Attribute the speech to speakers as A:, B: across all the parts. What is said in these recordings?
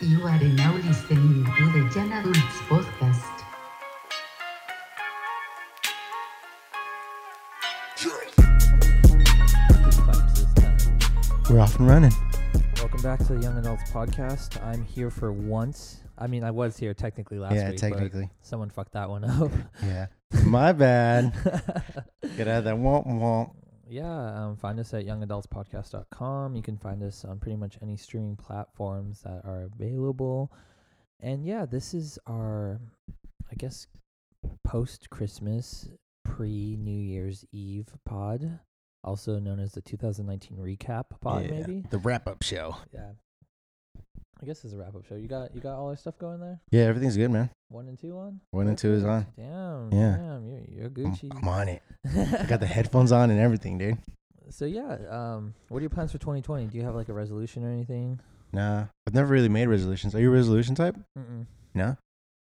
A: You are now listening to the Young Adults Podcast.
B: Good claps this time.
C: We're off and running.
B: Welcome back to the Young Adults Podcast. I'm here for once. I mean, I was here technically last
C: yeah,
B: week. but
C: technically.
B: someone fucked that one up.
C: Yeah. My bad. Get out of that womp womp.
B: yeah, um, find us at youngadultspodcast.com. You can find us on pretty much any streaming platforms that are available. And yeah, this is our, I guess, post Christmas, pre New Year's Eve pod, also known as the 2019 recap pod,
C: Yeah.
B: maybe.
C: The wrap up show.
B: Yeah. I guess it's a wrap up show. You got you got all our stuff going there?
C: Yeah, everything's good, man.
B: One and two on?
C: One and two is on.
B: Damn.
C: Yeah.
B: Damn, you're you're
C: I'm,
B: Gucci.
C: I'm on it. I got the headphones on and everything, dude.
B: So yeah, um what are your plans for twenty twenty? Do you have like a resolution or anything?
C: Nah. I've never really made resolutions. Are you a resolution type?
B: Mm-mm.
C: No.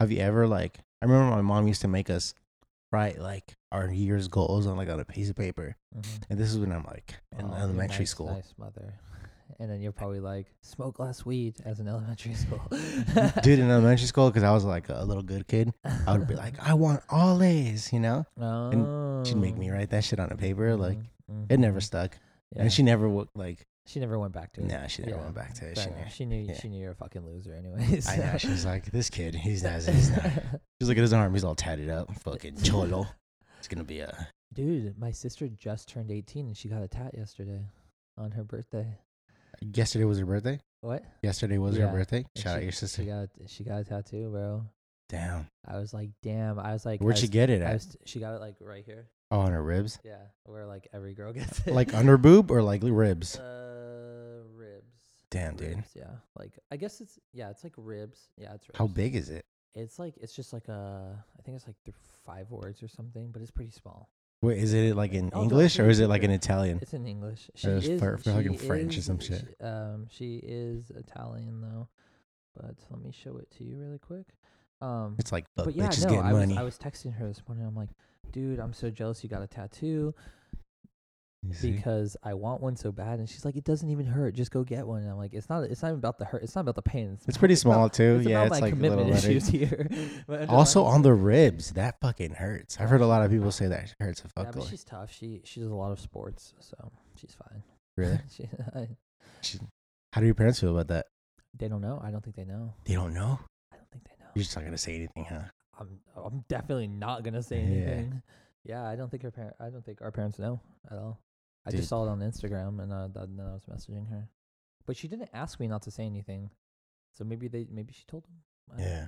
C: Have you ever, like, I remember my mom used to make us write, like, our year's goals on, like, on a piece of paper.
B: Mhm.
C: And this is when I'm, like, in
B: Oh, you're
C: elementary
B: nice,
C: school.
B: Nice mother. And then you're probably like, smoke less weed as an elementary school.
C: Dude, in elementary school, because I was, like, a little good kid, I would be like, I want all A's, you know?
B: oh.
C: She'd make me write that shit on a paper. Like,
B: Mhm,
C: it never
B: mhm.
C: stuck.
B: Yeah.
C: And she never would like.
B: she never went back to it.
C: Nah, she never
B: Yeah,
C: went back to it.
B: Fair
C: She
B: enough.
C: knew.
B: she knew
C: Yeah.
B: she knew you're a fucking loser anyways.
C: I know. She was like, this kid, he's not. He's not. She's like, at his arm, he's all tatted up, fucking cholo. It's gonna be a.
B: Dude, my sister just turned 18 and she got a tat yesterday on her birthday.
C: Yesterday was her birthday.
B: What?
C: Yesterday was
B: Yeah.
C: her birthday.
B: And
C: Shout out
B: she-
C: your
B: She
C: sister.
B: got a, she got a tattoo, bro.
C: Damn.
B: I was like, damn. I was like, I
C: Where'd she
B: was-
C: get it
B: I
C: at?
B: was, she got it like right here.
C: Oh, on her ribs.
B: Yeah, where like every girl gets it.
C: Like under boob or like ribs.
B: uh, ribs.
C: Damn, dude.
B: Ribs, yeah. Like I guess it's yeah, it's like ribs. Yeah, it's ribs.
C: How big is it?
B: It's like it's just like a I think it's like th- five words or something, but it's pretty small.
C: Wait, is it like in
B: Oh, no,
C: English
B: she
C: or
B: was
C: is it like in
B: Hebrew.
C: Italian?
B: It's in English. She
C: was
B: is
C: fr- fucking
B: she
C: French or
B: is-
C: some shit.
B: she- um, she is Italian though, but let me show it to you really quick. Um,
C: It's like but
B: but yeah,
C: bitches
B: no,
C: getting
B: I was
C: money.
B: I was texting her this morning. I'm like, dude, I'm so jealous you got a tattoo
C: You see?
B: because I want one so bad, and she's like, it doesn't even hurt. Just go get one. And I'm like, it's not. It's not even about the hurt. It's not about the pain. It's,
C: It's pretty small too.
B: it's
C: yeah,
B: about
C: it's
B: my
C: like a little
B: commitment
C: letter.
B: issues here. My underlying-
C: Also on the ribs, that fucking hurts. I've heard a lot of people say that hurts a
B: yeah,
C: fuck.
B: but
C: lot.
B: she's tough. She she does a lot of sports, so she's fine.
C: really?
B: she, I,
C: She- How do your parents feel about that?
B: they don't know. I don't think they know.
C: They don't know.
B: I don't think they know.
C: You're just not gonna say anything, huh?
B: I'm I'm definitely not gonna say
C: Yeah.
B: anything. Yeah, I don't think her parent. I don't think our parents know at all. I
C: Dude.
B: just saw it on Instagram, and uh, th- then I was messaging her, but she didn't ask me not to say anything. So maybe they maybe she told them. I don't know.
C: Yeah.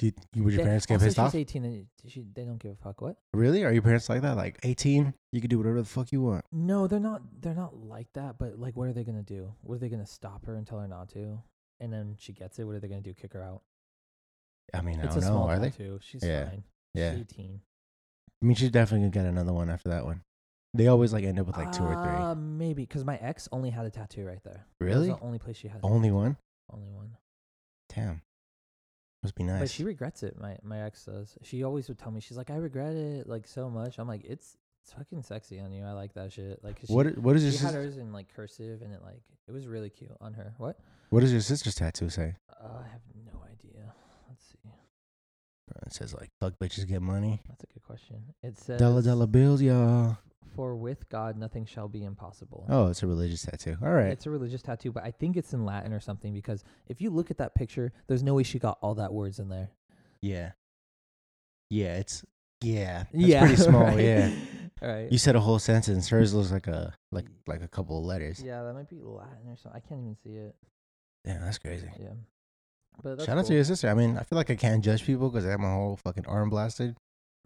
C: Did you, would your
B: They-
C: parents get
B: Uh, also,
C: pissed
B: she's
C: off?
B: 18 and she, they don't give a fuck. What?
C: really? Are your parents like that? Like 18, you can do whatever the fuck you want.
B: No, they're not. They're not like that. But like, what are they gonna do? What are they gonna stop her and tell her not to? And then she gets it. What are they gonna do? Kick her out?
C: I mean, I
B: it's
C: don't
B: a
C: know.
B: small
C: Are they?
B: tattoo. She's
C: Yeah.
B: fine.
C: Yeah.
B: She's 18.
C: I mean, she's definitely gonna get another one after that one. They always like end up with like two or
B: Uh, maybe because my ex only had a tattoo right there. That
C: three.
B: was
C: Really?
B: the only place she had. a
C: Only
B: tattoo.
C: one?
B: Only one.
C: Damn. Must be nice.
B: But she regrets it. My my ex does. She always would tell me, she's like, I regret it like so much. I'm like, it's it's fucking sexy on you. I like that shit. Like, 'cause she,
C: what? What is
B: she
C: your
B: had
C: sis-
B: hers in like cursive, and it like it was really cute on her. What?
C: What does your sister's tattoo say?
B: Uh, I have no idea. Let's see.
C: It says like fuck bitches get money.
B: That's a good question. It says
C: Dollar dollar bills, y'all.
B: For with God, nothing shall be impossible.
C: Oh, it's a religious tattoo. All right.
B: It's a religious tattoo, but I think it's in Latin or something because if you look at that picture, there's no way she got all that words in there.
C: Yeah. Yeah, it's yeah. It's
B: yeah,
C: pretty small.
B: right?
C: Yeah.
B: All right.
C: You said a whole sentence. Hers looks like a like like a couple of letters.
B: Yeah, that might be Latin or something. I can't even see it.
C: Yeah, that's crazy.
B: Yeah. But that's
C: Shout out to
B: cool.
C: your sister. I mean, I feel like I can't judge people because I have my whole fucking arm blasted.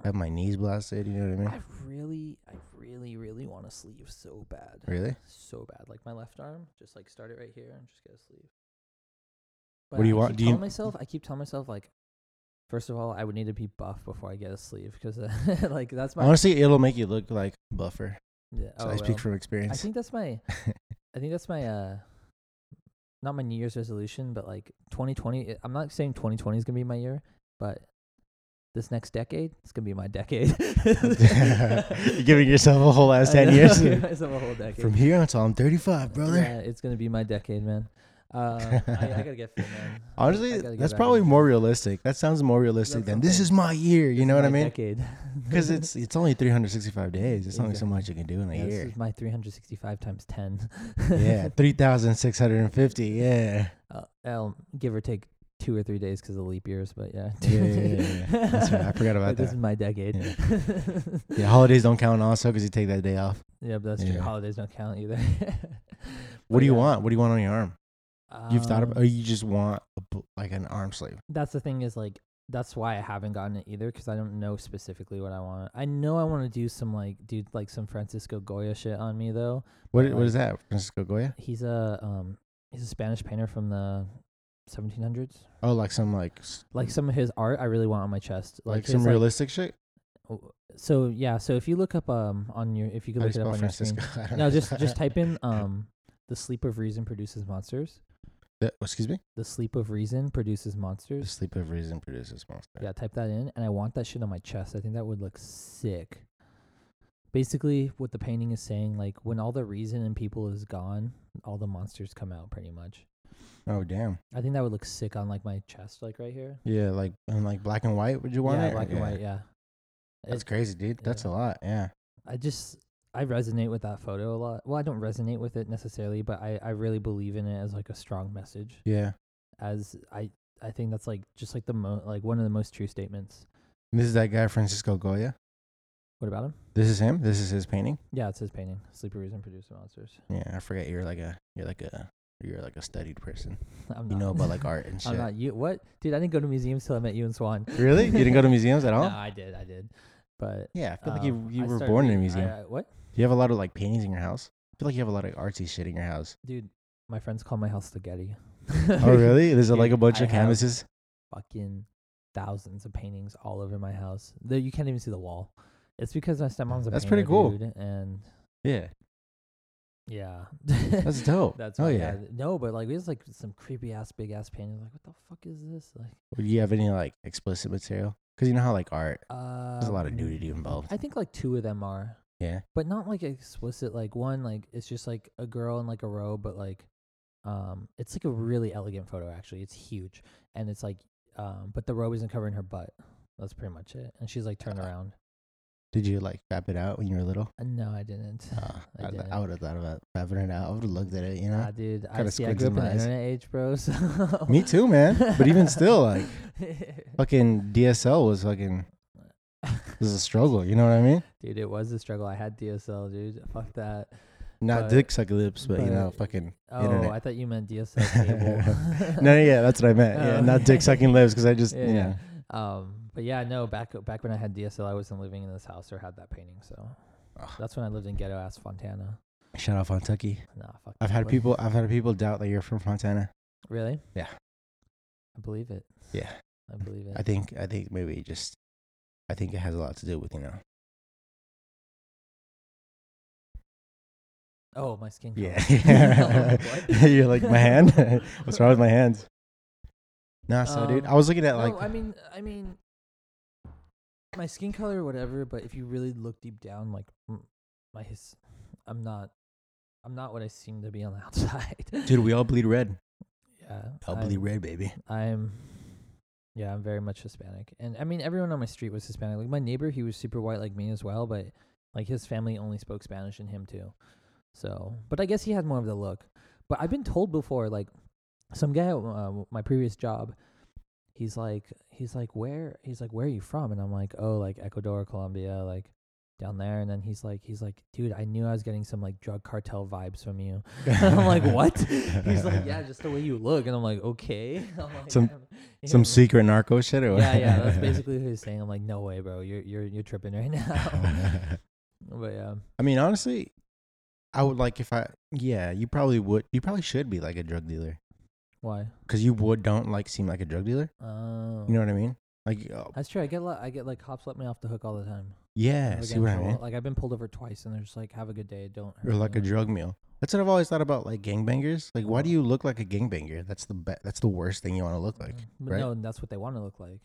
C: I have my knees blasted. You know what I
B: I
C: mean?
B: really, I really, really want a sleeve so bad.
C: Really?
B: So bad. Like my left arm, just like start it right here and just get a sleeve.
C: What do you
B: I
C: want-
B: Keep
C: do you-
B: telling myself, I keep telling myself, like, first of all, I would need to be buff before I get a sleeve because, like, that's my.
C: Honestly, it'll make you look like buffer.
B: yeah, oh,
C: So I
B: well.
C: speak from
B: I
C: experience.
B: think that's my. I think that's my. uh Not my New Year's resolution, but like 2020. I'm not saying 2020 is gonna be my year, but this next decade it's gonna be my decade.
C: You're giving yourself a whole ass
B: I
C: ten
B: know,
C: years.
B: give myself a whole decade.
C: From here until I'm 35, brother.
B: Yeah, it's gonna be my decade, man. Um, I, I gotta get fit, man. I
C: Honestly,
B: gotta get
C: that's
B: back
C: probably
B: in
C: more realistic. That sounds more
B: That's
C: realistic than
B: what I'm
C: this
B: saying.
C: is my year. You
B: This
C: know
B: is
C: what I
B: my
C: mean?
B: Decade.
C: Because it's it's only 365 days. It's only so
B: Mm-hmm. Exactly.
C: much you can do in a
B: Yeah, this
C: year.
B: is my 365 times 10.
C: yeah, 3,650. Yeah.
B: uh, I'll give or take two or three days because of leap years, but yeah.
C: Yeah, yeah, yeah, yeah. That's right. I forgot
B: But
C: about
B: This is
C: that.
B: my decade.
C: Yeah.
B: Yeah,
C: Yeah, holidays don't count also because you take that day off.
B: but that's
C: Yeah.
B: true. Holidays don't count either.
C: What
B: But
C: do you
B: yeah.
C: want? What do you want on your arm? You've thought about,
B: Um,
C: or you just want a, bu- like an arm sleeve?
B: that's the thing is like that's why I haven't gotten it either because I don't know specifically what I want. I know I want to do some like do like some Francisco Goya shit on me though.
C: What
B: but,
C: What is that? Francisco Goya?
B: He's a um he's a Spanish painter from the 1700s.
C: Oh, like some like s-
B: Like some of his art, I really want on my chest.
C: like,
B: his,
C: some realistic shit.
B: w- Oh, So yeah, so if you look up um on your if you could
C: How do you
B: look it up
C: spell
B: on
C: Francisco?
B: your
C: I don't
B: screen. No,
C: know.
B: just just type in um the sleep of reason produces monsters.
C: The- oh, excuse me.
B: The sleep of reason produces
C: The
B: monsters.
C: sleep of reason produces monster.
B: Yeah, type that in, and I want that shit on my chest. I think that would look sick. Basically, what the painting is saying, like when all the reason in people is gone, all the monsters come out. Pretty much,
C: Oh damn.
B: I think that would look sick on like my chest, like right here.
C: Yeah, like and like black and white. Would you want
B: yeah,
C: it?
B: black and white. Yeah,
C: That's
B: It-
C: crazy, dude. That's a
B: yeah.
C: lot. Yeah.
B: I just I resonate with that photo a lot. Well, I don't resonate with it necessarily, but I I really believe in it as like a strong message.
C: Yeah.
B: As I I think that's like just like the mo like one of the most true statements.
C: And this is that guy Francisco Goya.
B: What about him?
C: This is him. This is his painting.
B: Yeah, it's his painting, Sleepers and Producer Monsters.
C: Yeah, I forget you're like a you're like a you're like a studied person.
B: I'm
C: You
B: not-
C: know about like art and
B: I'm
C: shit.
B: not you. What, dude? I didn't go to museums till I met you and Swan.
C: Really? You didn't go to museums at all?
B: No, I did. I did. But
C: Yeah, I feel like you
B: um,
C: you
B: I
C: were
B: started
C: born in a
B: reading-
C: museum.
B: I- I- what,
C: Do you have a lot of like paintings in your house? I feel like you have a lot of artsy shit in your house.
B: dude? My friends call my house spaghetti.
C: Oh really? There's like
B: Dude,
C: a bunch
B: I
C: of
B: have-
C: canvases.
B: Fucking thousands of paintings all over my house. Though you can't even see the wall. It's because my stepmom's a
C: That's
B: painter,
C: pretty cool.
B: dude, and
C: Yeah,
B: yeah,
C: that's dope.
B: that's
C: oh
B: why,
C: yeah.
B: No, but like there's like some creepy ass big ass paintings. Like what the fuck is this? Like
C: Do you have any like explicit material? Because you know how like art,
B: uh,
C: there's a lot of nudity involved.
B: I think like two of them are.
C: Yeah.
B: but not like explicit like one like it's just like a girl in like a robe but like um it's like a really elegant photo actually it's huge and it's like um but the robe isn't covering her butt that's pretty much it and she's like turned
C: Uh,
B: around
C: Did you like fap it out when you were little?
B: Uh, no i didn't
C: Uh,
B: I
C: I,
B: didn't.
C: would have thought about fapping it out. I would have looked at it, you know.
B: nah, dude i
C: Kinda
B: see i
C: squigs
B: grew up
C: in
B: in
C: my
B: the
C: eyes.
B: internet age bro so
C: Me too, man. But even still, like fucking DSL was fucking was a struggle. You know what I mean?
B: dude it was a struggle i had dsl dude fuck that
C: Not
B: But-
C: dick suck lips, but, you know,
B: but-
C: fucking.
B: oh
C: Internet.
B: i thought you meant dsl cable
C: No, yeah, that's what I meant. yeah,
B: Oh,
C: not dick
B: okay.
C: sucking lips because I just
B: Yeah,
C: you
B: yeah.
C: know.
B: Um, but yeah, no. Back back when I had DSL, I wasn't living in this house or had that painting. So
C: Ugh.
B: that's when I lived in ghetto ass Fontana.
C: Shout out Kentucky.
B: Nah, fuck.
C: I've
B: that
C: had
B: place.
C: people. I've had people doubt that you're from Fontana.
B: Really?
C: Yeah.
B: I believe it.
C: Yeah,
B: I believe it.
C: I think. I think maybe it just. I think it has a lot to do with you know.
B: oh, my skin. Color. Oh,
C: Yeah.
B: What?
C: You're like, my hand? What's wrong with my hands? Nah, so dude,
B: Um,
C: I was looking at like,
B: no, I mean, I mean, my skin color, whatever. But if you really look deep down, like m- my his, I'm not. I'm not what I seem to be on the outside.
C: dude, we all bleed red.
B: yeah,
C: All
B: I'm-
C: bleed red, baby.
B: I'm yeah, I'm very much Hispanic. And I mean everyone on my street was Hispanic. Like my neighbor, he was super white like me as well, but like his family only spoke Spanish and him too. So, but I guess he had more of the look. But I've been told before like some guy at uh, my previous job he's like he's like where he's like where are you from and i'm like oh like ecuador colombia like down there and then he's like he's like dude i knew i was getting some like drug cartel vibes from you i'm like what he's like yeah just the way you look and i'm like okay I'm like,
C: Some-
B: "I'm-
C: Some
B: yeah."
C: secret narco shit or what?
B: yeah yeah that's basically what he's saying i'm like no way bro you're you're you're tripping right now but yeah
C: I mean, honestly, I would like if I, yeah, you probably would, you probably should be like a drug dealer
B: why
C: because you would don't like seem like a drug dealer.
B: oh
C: You know what I mean? Like, uh,
B: that's true i get li- i get like cops let me off the hook all the time
C: yeah,
B: Never
C: see
B: get
C: what
B: in
C: I
B: trouble.
C: mean?
B: like Mm-hmm. i've been pulled over twice and they're just like have a good day don't
C: Or
B: hurt
C: like a
B: me."
C: drug meal. That's what I've always thought about, like gangbangers. Like,
B: Mm-hmm.
C: why do you look like a gangbanger? That's the be- that's the worst thing you want to look like.
B: Mm, But
C: right?
B: no, that's what they want to look like.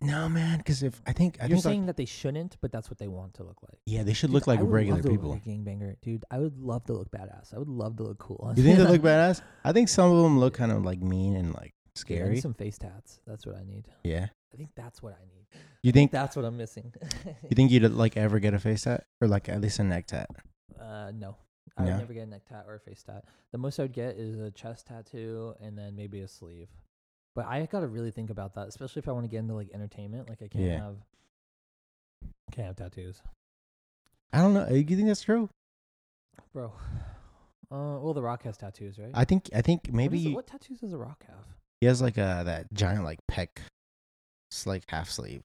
C: No, man, because if I think I
B: Mm-hmm. You're
C: think like,
B: saying that they shouldn't, but that's what they want to look like.
C: yeah, they should
B: Dude,
C: look like
B: I would
C: regular
B: love to
C: people.
B: Look like a gangbanger, dude. I would love to look badass. I would love to look cool.
C: you think they look badass? I think some of them look kind of like mean and like
B: Dude, I need
C: scary.
B: some face tats. That's what I need.
C: Yeah.
B: I think that's what I need.
C: You think
B: That's what I'm missing.
C: you think you'd like ever get a face tat or like at least a neck tat?
B: Uh, no. I
C: No?
B: would never get a neck tat or a face tat. The most I would get is a chest tattoo and then maybe a sleeve. But I gotta really think about that, especially if I want to get into like entertainment. Like I can't
C: Yeah.
B: have can't have tattoos,
C: I don't know. Do you think that's true?
B: bro. Uh, well, The Rock has tattoos, right?
C: I think I think
B: What
C: maybe
B: is the-
C: you-
B: what tattoos does The Rock have?
C: he has like a that giant like peck. It's like half sleeve.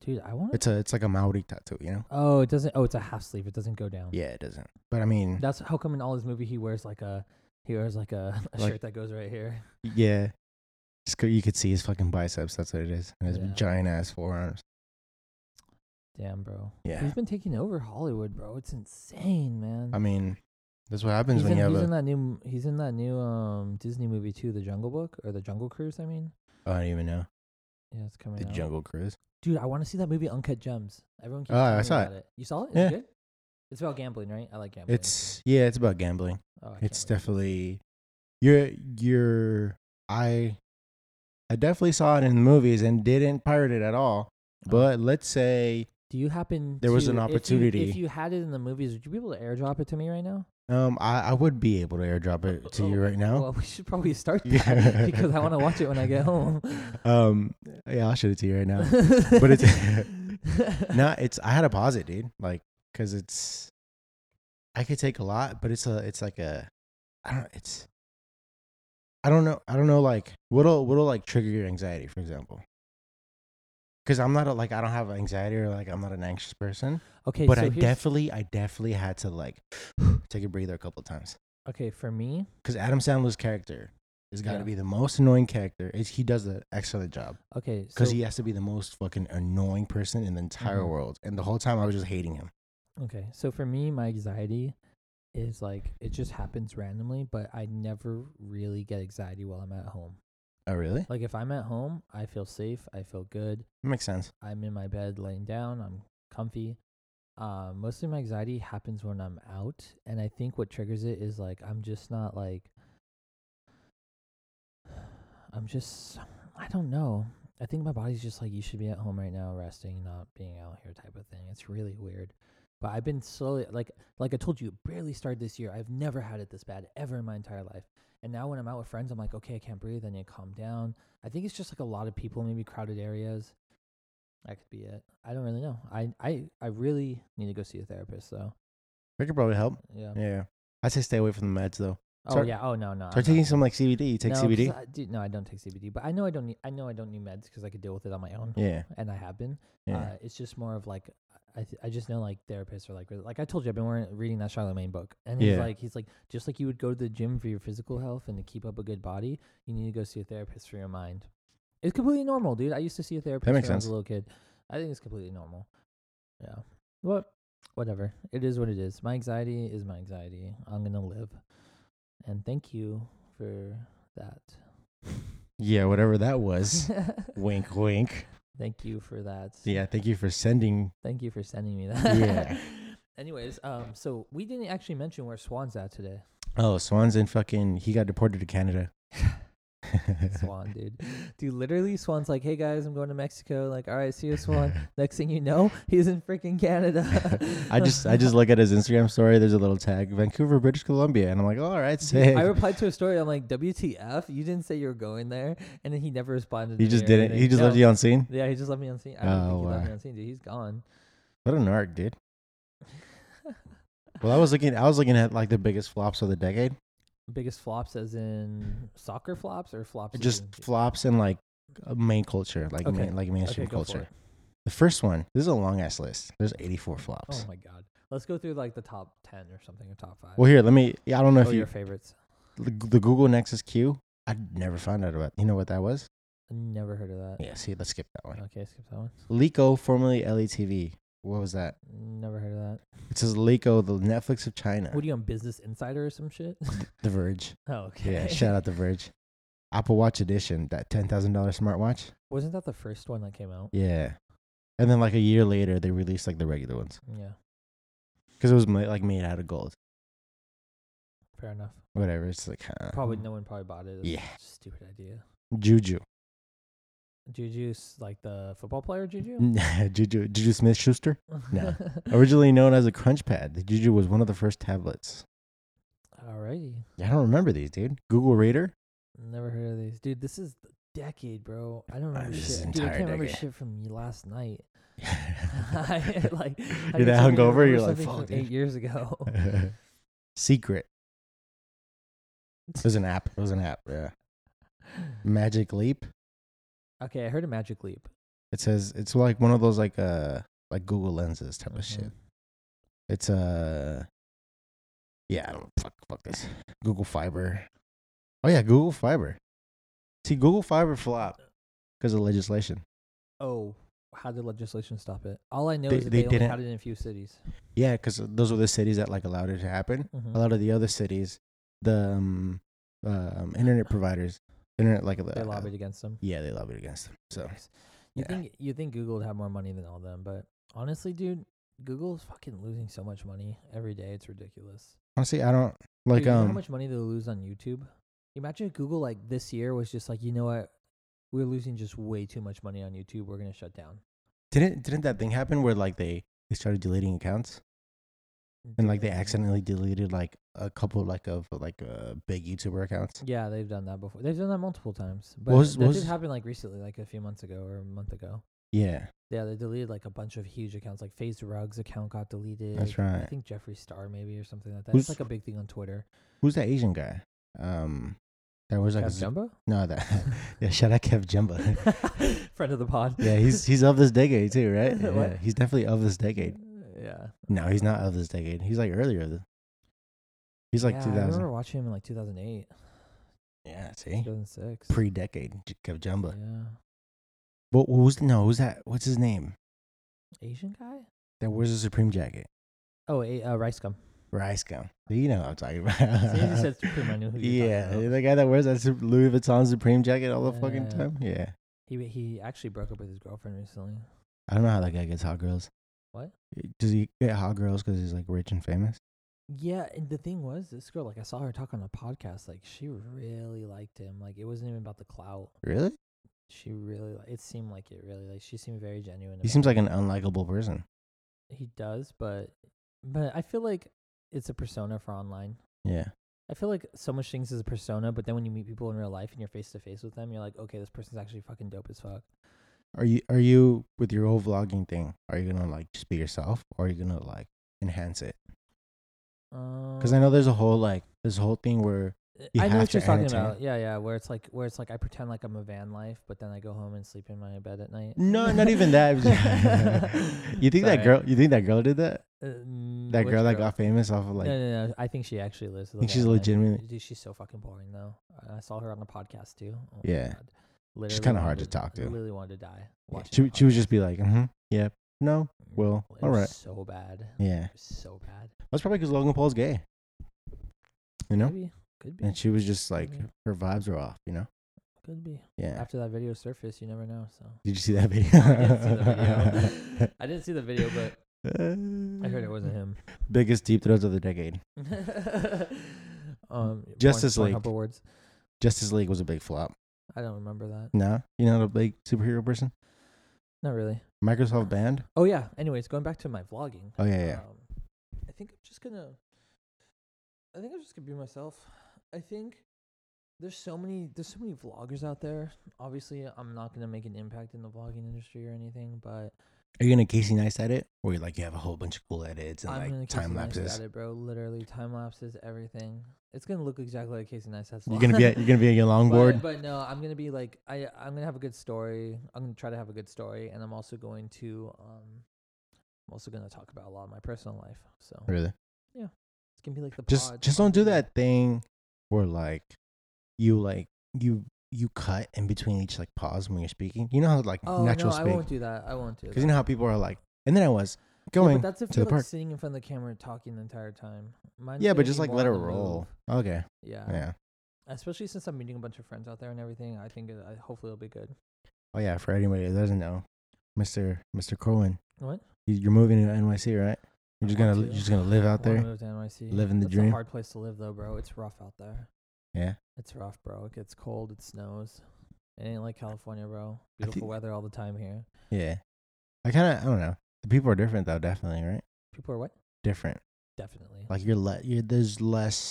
B: Dude, I want to.
C: It's a it's like a Maori tattoo, you know?
B: Oh, it doesn't. Oh, it's a half sleeve. It doesn't go down.
C: Yeah, it doesn't. But I mean,
B: That's how come in all his movie he wears like a he wears like a, a
C: Like-
B: shirt that goes right here.
C: yeah. It's co- you could see his fucking biceps. That's what it is. And his
B: Yeah.
C: giant ass forearms.
B: Damn, bro.
C: Yeah.
B: He's been taking over Hollywood, bro. It's insane, man.
C: I mean, that's what
B: he's
C: happens when
B: in,
C: you have
B: he's
C: a.
B: in that new m- he's in that new um Disney movie too, The Jungle Book or The Jungle Cruise. I mean,
C: oh, I don't even know
B: yeah, it's coming
C: the
B: out.
C: Jungle Cruise.
B: Dude, I want to see that movie Uncut Gems. Everyone keeps
C: Oh, I
B: telling me
C: saw
B: about it. You saw it? Is
C: Yeah.
B: it good? It's about gambling, right? I like gambling.
C: It's yeah, it's about gambling.
B: oh, I can't
C: it's
B: wait.
C: definitely you're you're I I definitely saw it in the movies and didn't pirate it at all.
B: Oh.
C: But let's say
B: Do you happen?
C: there was an
B: to- if you- If you,
C: opportunity.
B: had it in the movies, would you be able to airdrop it to me right now?
C: um I, I would be able to airdrop it to you
B: Oh,
C: right now.
B: Well, we should probably start that
C: Yeah.
B: because I want to watch it when I get home.
C: Um yeah, I'll show it to you right now. But it's- no, it's I had to pause it, dude. Like cuz it's I could take a lot, but it's a it's like a I don't it's I don't know. I don't know like what'll what'll like trigger your anxiety, for example. Cuz I'm not a, like I don't have anxiety or like I'm not an anxious person,
B: okay,
C: but
B: so
C: I
B: here's-
C: definitely I definitely had to like take a breather a couple times.
B: okay for me.
C: Cuz Adam Sandler's character has got to
B: Yeah.
C: be the most annoying character. It's, he does an excellent job
B: Okay, so
C: because he has to be the most fucking annoying person in the entire
B: Mhm.
C: world. And the whole time I was just hating him.
B: Okay, so for me, my anxiety is like it just happens randomly, but I never really get anxiety while I'm at home.
C: Oh, really?
B: Like if I'm at home, I feel safe, I feel good,
C: Makes sense.
B: I'm in my bed laying down, I'm comfy. Uh, mostly my anxiety happens when I'm out, and I think what triggers it is like I'm just not like I'm just I don't know. I think my body's just like you should be at home right now resting, not being out here type of thing. It's really weird. But I've been slowly like like I told you, it barely started this year. I've never had it this bad ever in my entire life. And now when I'm out with friends, I'm like, okay, I can't breathe. I need to calm down. I think it's just like a lot of people, maybe crowded areas. That could be it. I don't really know. I I I really need to go see a therapist though.
C: That could probably help.
B: Yeah.
C: Yeah. I say stay away from the meds though.
B: Oh
C: Start-
B: yeah. Oh no no.
C: Start
B: I'm
C: taking
B: not.
C: some like CBD. You take
B: no, 'cause
C: CBD.
B: I, dude, no, I don't take CBD, but I know I don't need. I know I don't need meds because I could deal with it on my own,
C: yeah.
B: and I have been.
C: Yeah.
B: Uh, it's just more of like I th- I just know like therapists are like really- like I told you I've been wearing, reading that Charlemagne book and he's
C: Yeah.
B: like he's like just like you would go to the gym for your physical health and to keep up a good body you need to go see a therapist for your mind. It's completely normal, dude. I used to see a therapist when
C: makes
B: I was a
C: sense.
B: little kid. I think it's completely normal. Yeah. What? Whatever. It is what it is. My anxiety is my anxiety. I'm gonna live. And thank you for that.
C: yeah. Whatever that was. wink, wink.
B: thank you for that.
C: Yeah. Thank you for sending.
B: Thank you for sending me that.
C: Yeah.
B: Anyways, um, so we didn't actually mention where Swan's at today.
C: Oh, Swan's in fucking. He got deported to Canada.
B: Swan, dude, dude, literally, Swan's like, "Hey guys, I'm going to Mexico." Like, all right, see you, Swan. Next thing you know, he's in freaking Canada.
C: I just I just look at his Instagram story. There's a little tag, Vancouver, British Columbia, and I'm like, all right,
B: Dude,
C: sick.
B: I replied to a story. I'm like, "WTF? You didn't say you were going there," and then he never responded. to
C: he
B: me
C: just
B: or
C: didn't. He
B: anything.
C: just left
B: No.
C: you on scene.
B: Yeah, he just left me on scene. I don't think
C: Oh,
B: he left
C: wow.
B: me on scene, dude. He's gone.
C: What an arc, dude. Well, I was looking. I was looking at like the biggest flops of the decade.
B: biggest flops, as in soccer flops or flops.
C: Just
B: as in-
C: flops in like uh, main culture, like
B: Okay.
C: main, like mainstream
B: go for
C: culture.
B: it.
C: The first one, this is a long ass list. There's 84 flops.
B: Oh my god. Let's go through like the top ten or something, or top five.
C: well, here, let me. Yeah, I don't know
B: oh,
C: if you.
B: your favorites.
C: The the Google Nexus Q, I never found out about. You know what that was?
B: I never heard of that.
C: Yeah, see, let's skip that one.
B: Okay, skip that one.
C: Lico, formerly LETV. What was that?
B: Never heard of that.
C: It says Lico, the Netflix of China.
B: What are you on Business Insider or some shit?
C: the Verge.
B: oh, okay.
C: Yeah, shout out The Verge. Apple Watch edition, that ten thousand dollar smartwatch.
B: Wasn't that the first one that came out?
C: Yeah, and then like a year later, they released like the regular ones
B: Yeah,
C: because it was ma- like made out of gold.
B: fair enough.
C: Whatever. It's like uh,
B: Probably no one probably bought it. It's
C: Yeah.
B: a Stupid idea.
C: Juju,
B: Juju's like the football player Juju.
C: Juju, Juju Smith Schuster, no. originally known as a Crunch Pad. The Juju was one of the first tablets.
B: Alrighty.
C: Yeah, I don't remember these, dude. Google Reader.
B: Never heard of these, dude. This is the decade, bro. I don't
C: Uh,
B: remember
C: this is
B: shit. Dude, I
C: entire
B: can't remember
C: decade.
B: shit from y- last night. I,
C: You're
B: like, I can
C: you're that
B: totally remember
C: hungover. You're like,
B: something
C: fuck,
B: from eight
C: dude.
B: years ago.
C: Secret. It was an app. It was an app. Yeah. Magic Leap.
B: okay, I heard a Magic Leap.
C: It says it's like one of those like uh like Google lenses type of shit.
B: Mhm.
C: It's uh yeah, I don't Oh, fuck fuck this. Google Fiber. Oh yeah, Google Fiber. See, Google Fiber flopped because of legislation.
B: Oh, how did legislation stop it? All I know
C: They-
B: is that
C: they
B: they, only
C: didn't-
B: had it in a few cities.
C: Yeah, because those were the cities that like allowed it to happen.
B: Mhm.
C: A lot of the other cities, the um, um internet providers, internet like the uh,
B: They lobbied against them.
C: yeah, they lobbied against them. So
B: Yikes. you
C: yeah.
B: think you think Google would have more money than all of them, but honestly, dude, Google's fucking losing so much money every day. It's ridiculous.
C: honestly, I don't like
B: Dude, you know how
C: um
B: much money they lose on YouTube? Imagine if Google like this year was just like, you know what, we're losing just way too much money on YouTube. We're gonna shut down.
C: didn't didn't that thing happen where like they they started deleting accounts. and like they
B: Deleting.
C: accidentally deleted like a couple like of like uh, big YouTuber accounts.
B: Yeah, they've done that before. They've done that multiple times. But
C: was-
B: that
C: was-
B: did happen like recently, like a few months ago or a month ago.
C: Yeah,
B: Yeah, they deleted like a bunch of huge accounts. Like FaZe Rugs account got deleted. I
C: right.
B: think Jeffree Star maybe or something like that.
C: Who's-
B: it's like a big thing on Twitter.
C: who's that Asian guy? Um, that was like a,
B: Kev Jumbo?
C: no that yeah shout out Kev Jumba.
B: Friend of the pod.
C: yeah, he's he's of this decade too, right?
B: What?
C: Yeah, he's definitely of this decade.
B: Yeah.
C: No, he's not of this decade. He's like earlier. Than, he's like
B: yeah,
C: two
B: I
C: thousand.
B: remember watching him in like 2008,
C: Yeah, see,
B: 2006.
C: pre-decade J- Kev
B: yeah.
C: Jumba. But who's no? Who's that? What's his name?
B: Asian guy?
C: That wears a Supreme jacket.
B: Oh, a, uh, Rice Gum.
C: Rice gum. You know what I'm talking about.
B: As soon as you said Supreme, I knew who you were
C: yeah,
B: talking about.
C: the guy that wears that Sup- Louis Vuitton Supreme jacket all the fucking
B: Yeah.
C: time. Yeah,
B: He he actually broke up with his girlfriend recently.
C: I don't know how that guy gets hot girls.
B: What?
C: Does he get hot girls because he's like rich and famous?
B: Yeah, and the thing was, this girl, like, I saw her talk on a podcast. Like, she really liked him. Like, it wasn't even about the clout.
C: Really?
B: She really, li- it seemed like it. Really, like, she seemed very genuine.
C: He
B: about
C: seems like an unlikable person.
B: it. he does, but, but I feel like it's a persona for online.
C: Yeah,
B: I feel like so much things is a persona, but then when you meet people in real life and you're face to face with them, you're like, okay, this person's actually fucking dope as fuck.
C: are you are you with your whole vlogging thing? Are you gonna like just be yourself, or are you gonna like enhance it? Because I know there's a
B: Um.
C: whole like this whole thing where you
B: Uh, I know
C: have
B: what
C: to
B: you're talking
C: entertain.
B: about. Yeah, yeah. Where it's like, where it's like, I pretend like I'm a van life, but then I go home and sleep in my bed at night.
C: no, not even that. you think that
B: Sorry.
C: girl? You think that girl did that?
B: Uh, mm,
C: That
B: which
C: girl that got famous off of like
B: no, no, no. I think she actually lives. the
C: Think she's
B: van life.
C: legitimately-
B: Dude, she's so fucking boring though. I- I saw her on a podcast too. Oh my
C: Yeah.
B: God. Literally
C: kinda hard to
B: wanted-
C: talk to.
B: Literally wanted to die.
C: Yeah,
B: watching
C: She,
B: that
C: she would
B: podcast.
C: just be like, mm-hmm, yep, no, well,
B: It
C: all
B: was
C: right.
B: So bad.
C: Yeah.
B: So bad.
C: That's probably because Logan Paul's gay, you know?
B: Maybe. Could be.
C: And she was just like,
B: Yeah.
C: her vibes were off, you know?
B: Could be.
C: Yeah.
B: After that video surfaced, you never know. So
C: Did you see that
B: I didn't see the
C: video?
B: video. I didn't see the video, but I heard it wasn't him.
C: Biggest deep throws of the decade.
B: um,
C: Justice
B: Porn-
C: League.
B: Pornhub Awards.
C: Justice League was a big flop.
B: I don't remember that.
C: No? You're not a big superhero person?
B: Not really.
C: Microsoft banned?
B: Oh yeah. Anyways, going back to my vlogging.
C: Oh, yeah, yeah.
B: Um, I think I'm just gonna. I think I'm just gonna be myself. I think there's so many there's so many vloggers out there. Obviously, I'm not gonna make an impact in the vlogging industry or anything, but
C: Are you going to Casey Nice at it? Where you like, you have a whole bunch of cool edits and
B: I'm gonna
C: like
B: Casey
C: time
B: Neistat
C: lapses?
B: it, bro. Literally time lapses, everything. It's gonna look exactly like Casey Neistat's.
C: You're
B: vlog.
C: going to be at, you're going to be at your longboard?
B: But, but no, I'm gonna be like I I'm gonna have a good story. I'm gonna try to have a good story, and I'm also going to um I'm also gonna talk about a lot of my personal life. So
C: Really?
B: it's gonna be like the
C: just
B: pod
C: just don't do
B: on-
C: that thing where like you like you you cut in between each like pause when you're speaking. You know how like
B: Oh
C: natural
B: no, I
C: speak
B: won't do that. I won't do that.
C: because you know how people are like. And then I was
B: Yeah,
C: going.
B: but that's if
C: to
B: you're
C: the
B: like
C: park.
B: sitting in front of the camera talking the entire time. Mine's
C: Yeah,
B: gonna
C: but just
B: be
C: like
B: more
C: let it
B: on the
C: roll.
B: move.
C: Okay,
B: Yeah.
C: yeah.
B: especially since I'm meeting a bunch of friends out there and everything. I think it, I, hopefully it'll be good.
C: Oh yeah, for anybody that doesn't know, Mister Mister Corwin,
B: What?
C: you- you're moving to NYC, right? You're just
B: want
C: gonna
B: to.
C: you're just gonna live out
B: I wanna
C: there.
B: move to NYC.
C: living the
B: That's
C: dream.
B: A hard place to live though, bro. It's rough out there.
C: Yeah,
B: It's rough, bro. It gets cold. It snows. It ain't like California, bro.
C: I
B: Beautiful
C: think-
B: weather all the time here.
C: yeah. I kind of I don't know. The people are different though, definitely, right?
B: People are what?
C: Different.
B: Definitely.
C: Like you're le- you're there's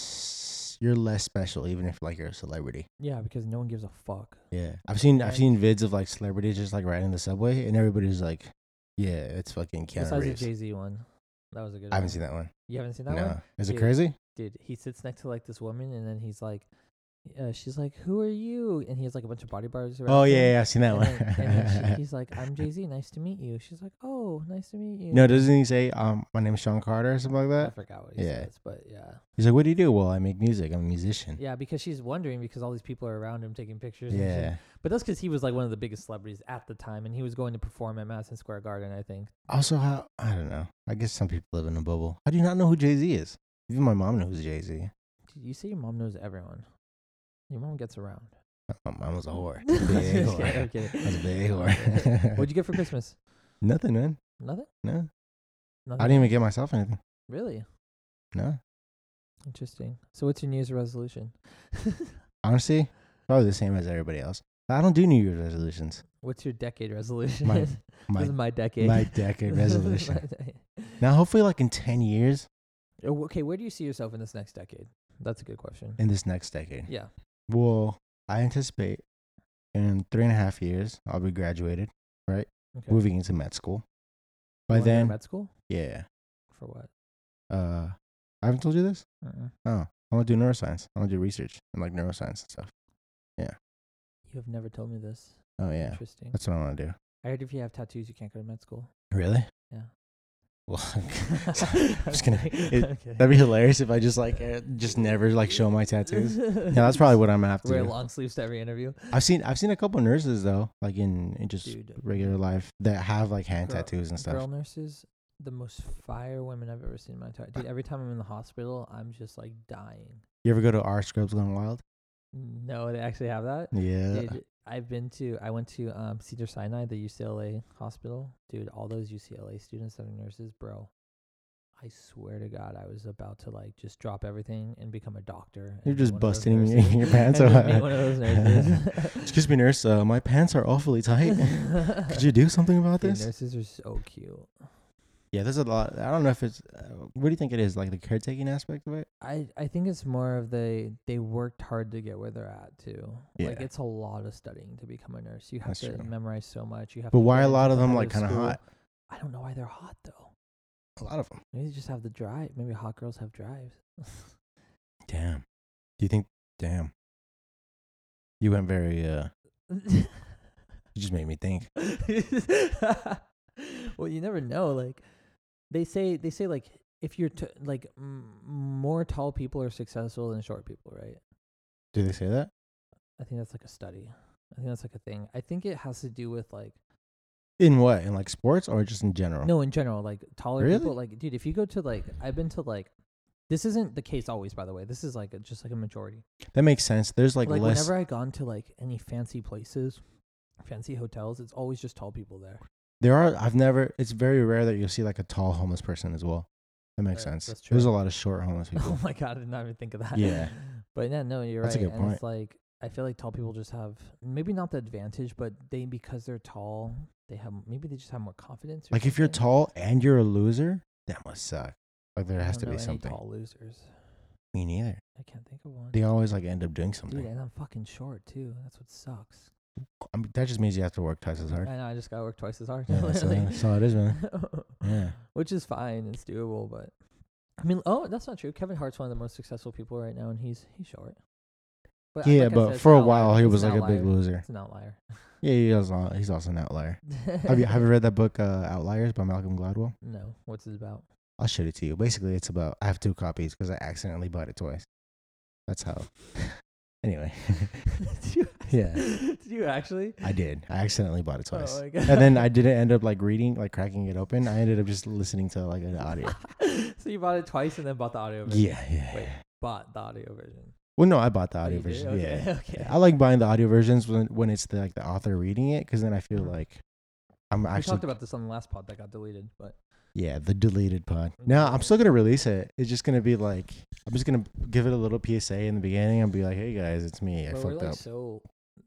C: less you're less special even if like you're a celebrity.
B: yeah, because no one gives a fuck.
C: Yeah, I've seen I've
B: Right.
C: seen vids of like celebrities just like riding the subway and everybody's like, yeah, it's fucking Keanu
B: Besides
C: Reeves.
B: the Jay Z one. That was a good
C: I
B: one.
C: haven't seen that one.
B: You haven't seen that
C: no,
B: one?
C: is it
B: Dude.
C: crazy?
B: Dude, he sits next to like this woman and then he's like, uh, she's like, who are you? And he has like a bunch of body bars around
C: Oh
B: him.
C: yeah, yeah, I've seen that
B: and
C: one.
B: then, and then she, he's like, I'm Jay Z. Nice to meet you. She's like, oh, nice to meet you.
C: no, doesn't he say um my name's Sean Carter or something like
B: I
C: that?
B: forgot what he
C: yeah.
B: says, but yeah.
C: He's like, what do you do? Well, I make music. I'm a musician.
B: Yeah, because she's wondering because all these people are around him taking pictures. and shit.
C: Yeah.
B: But that's because he was like one of the biggest celebrities at the time and he was going to perform at Madison Square Garden, I think.
C: Also, how I don't know. I guess some people live in a bubble. How do you not know who Jay Z is? Even my mom knows Jay Z.
B: Dude, you say your mom knows everyone. Your mom gets around.
C: My mom was a whore.
B: I'm
C: Big
B: just kidding, I'm
C: whore.
B: kidding.
C: I was a big
B: What'd
C: whore.
B: you get for Christmas?
C: Nothing, man.
B: Nothing?
C: No,
B: Nothing?
C: I didn't even get myself anything.
B: Really?
C: No,
B: Interesting. So what's your New Year's resolution?
C: honestly, probably the same as everybody else. I don't do New Year's resolutions.
B: what's your decade resolution?
C: My-
B: this is
C: My
B: my decade.
C: my decade
B: This is my
C: resolution.
B: decade.
C: Now, hopefully, like in ten years,
B: Oh, Okay, where do you see yourself in this next decade? That's a good question.
C: in this next decade.
B: Yeah.
C: Well, I anticipate in three and a half years I'll be graduated,
B: Okay. You
C: moving into med school. By
B: wanna go to
C: then,
B: med school
C: yeah.
B: for what?
C: Uh, I haven't told you this.
B: Uh-uh.
C: Oh, I want to do neuroscience. I want to do research and like neuroscience and stuff.
B: You have never told me this.
C: Oh yeah,
B: Interesting.
C: that's what I want to do.
B: I heard if you have tattoos, you can't go to med school.
C: Really?
B: Yeah.
C: Well,
B: I'm
C: just gonna-
B: kidding,
C: it-
B: I'm kidding.
C: that'd be hilarious if I just like eh, just never like show my tattoos. Yeah, that's probably what I'm gonna have to
B: Wear
C: do.
B: long sleeves to every interview.
C: I've seen I've seen a couple nurses though, like in, in just
B: Dude.
C: regular life that have like hand
B: Girl-
C: tattoos and stuff.
B: Girl nurses, the most fire women I've ever seen in my entire. Dude, every time I'm in the hospital, I'm just like dying.
C: You ever go to R Scrubs Gone Wild?
B: No, they actually have that.
C: Yeah.
B: Dude, I've been to. I went to um, Cedar Sinai, the UCLA hospital. Dude, all those UCLA students that are nurses, bro. I swear to God, I was about to like just drop everything and become a doctor.
C: You're
B: and be
C: just
B: one of those
C: busting your,
B: nurses.
C: your pants.
B: And
C: out.
B: just be one of those nurses.
C: Excuse me, nurse. Uh, my pants are awfully tight. Could you do something about
B: Dude,
C: this?
B: nurses are so cute.
C: Yeah, there's a lot. I don't know if it's. Uh, what do you think it is? Like the caretaking aspect of it?
B: I I think it's more of they they worked hard to get where they're at too. Like
C: Yeah.
B: it's a lot of studying to become a nurse. You have
C: That's
B: to
C: true.
B: memorize so much. You have.
C: But
B: to
C: why
B: get
C: a
B: into
C: lot of them like
B: competitive
C: kind of
B: school.
C: hot?
B: I don't know why they're hot though.
C: A lot of them.
B: Maybe they just have the drive. Maybe hot girls have drives.
C: Damn. Do you think? Damn. You went very. uh You just made me think.
B: well, you never know. Like they say, they say like if you're t- like m- more tall people are successful than short people, right?
C: Do they say that?
B: I think that's like a study. I think that's like a thing. I think it has to do with like
C: In what? In like sports or just in general?
B: No, in general, like taller
C: Really?
B: people. Like, dude, if you go to like, I've been to like, this isn't the case always, by the way. This is like a, just like a majority.
C: That makes sense. There's like,
B: Like,
C: less.
B: whenever I gone to like any fancy places, fancy hotels, it's always just tall people there.
C: There are. I've never. It's very rare that you'll see like a tall homeless person as well. That makes
B: Right,
C: sense.
B: that's true.
C: There's a lot of short homeless people.
B: Oh my god, I did not even think of that.
C: Yeah.
B: but yeah, no, you're
C: That's a
B: right.
C: good
B: and it's like I feel like tall people just have maybe not the advantage, but they because they're tall, they have maybe they just have more confidence. Or
C: like if you're
B: something.
C: tall and you're a loser, that must suck. Like there
B: I
C: has
B: don't
C: to
B: know
C: be
B: any
C: something.
B: Tall losers.
C: Me neither.
B: I can't think of one.
C: They eh? always like end up doing something.
B: Dude, and I'm fucking short too. That's what sucks.
C: I mean, that just means you have to work twice as hard.
B: I know. I just gotta work twice as hard.
C: Yeah, that's, all- that's all it is, man. Yeah.
B: Which is fine. It's doable, but I mean, oh, that's not true. Kevin Hart's one of the most successful people right now, and he's he's short. But I-
C: yeah,
B: like I said,
C: but
B: it's
C: for
B: an
C: a
B: outlier.
C: while he
B: It's
C: was
B: an
C: like a big
B: outlier.
C: loser.
B: It's an outlier.
C: Yeah, he was, al- he's also an outlier. have you have you read that book uh, Outliers by Malcolm Gladwell?
B: No. What's it about?
C: I'll show it to you. Basically, it's about I have two copies because I accidentally bought it twice. That's how. anyway,
B: did you?
C: Yeah.
B: Did you actually?
C: I did. I accidentally bought it twice.
B: Oh my god.
C: and then I didn't end up like reading, like cracking it open. I ended up just listening to like an audio.
B: so you bought it twice and then bought the audio version.
C: yeah, yeah.
B: Wait.
C: yeah.
B: Bought the audio version.
C: Well, no, I bought the
B: Oh,
C: audio
B: you did?
C: version.
B: Okay,
C: Yeah.
B: okay.
C: I like buying the audio versions when when it's the, like the author reading it because then I feel like I'm
B: Uh-huh. we
C: actually
B: talked about this on the last pod that got deleted, but
C: yeah the deleted pod.
B: Mm-hmm.
C: No, I'm still gonna release it. It's just gonna be like I'm just gonna give it a little PSA in the beginning and be like, hey guys, it's me. I
B: but we're
C: fucked
B: like
C: up.
B: so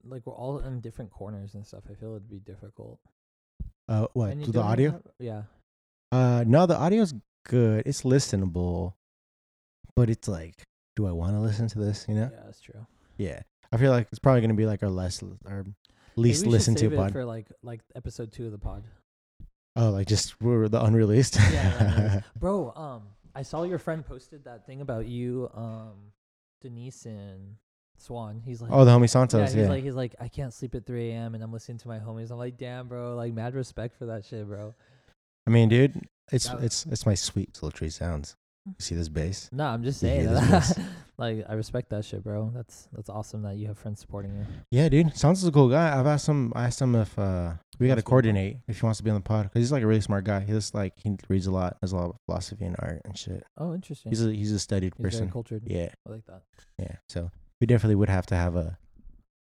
B: like we're all in different corners and stuff. I feel it'd be difficult.
C: Uh, what
B: And you
C: the
B: don't
C: audio?
B: have- yeah.
C: Uh, no, the audio's good. It's listenable, but it's like, do I want to listen to this? You
B: yeah,
C: know?
B: that's true.
C: Yeah. I feel like it's probably gonna be like our less our
B: Maybe
C: least
B: we should
C: listened to
B: save it
C: pod.
B: for like like episode two of the pod.
C: oh, like just we're the unreleased.
B: Yeah, no, no, Bro, um, I saw your friend posted that thing about you, um, Denise and Swan. He's like,
C: oh, the homie
B: yeah,
C: Santos.
B: he's
C: Yeah.
B: like, he's like, I can't sleep at 3 a.m. and I'm listening to my homies. I'm like, damn, bro, like mad respect for that shit, bro.
C: I mean, dude, it's
B: That Mm. was-
C: it's it's my sweet sultry sounds. You see this bass?
B: No, I'm just
C: You
B: saying,
C: hear this bass?
B: like, I respect that shit, bro. That's that's awesome that you have friends supporting you.
C: Yeah, dude. Santos is a cool guy. I've asked him. I asked him if uh, we got to
B: That's cool.
C: coordinate if he wants to be on the pod because he's like a really smart guy. He just like he reads a lot, has a lot of philosophy and art and shit.
B: Oh, interesting.
C: He's a he's a studied
B: He's very
C: person.
B: cultured.
C: Yeah.
B: I like that.
C: Yeah. So we definitely would have to have a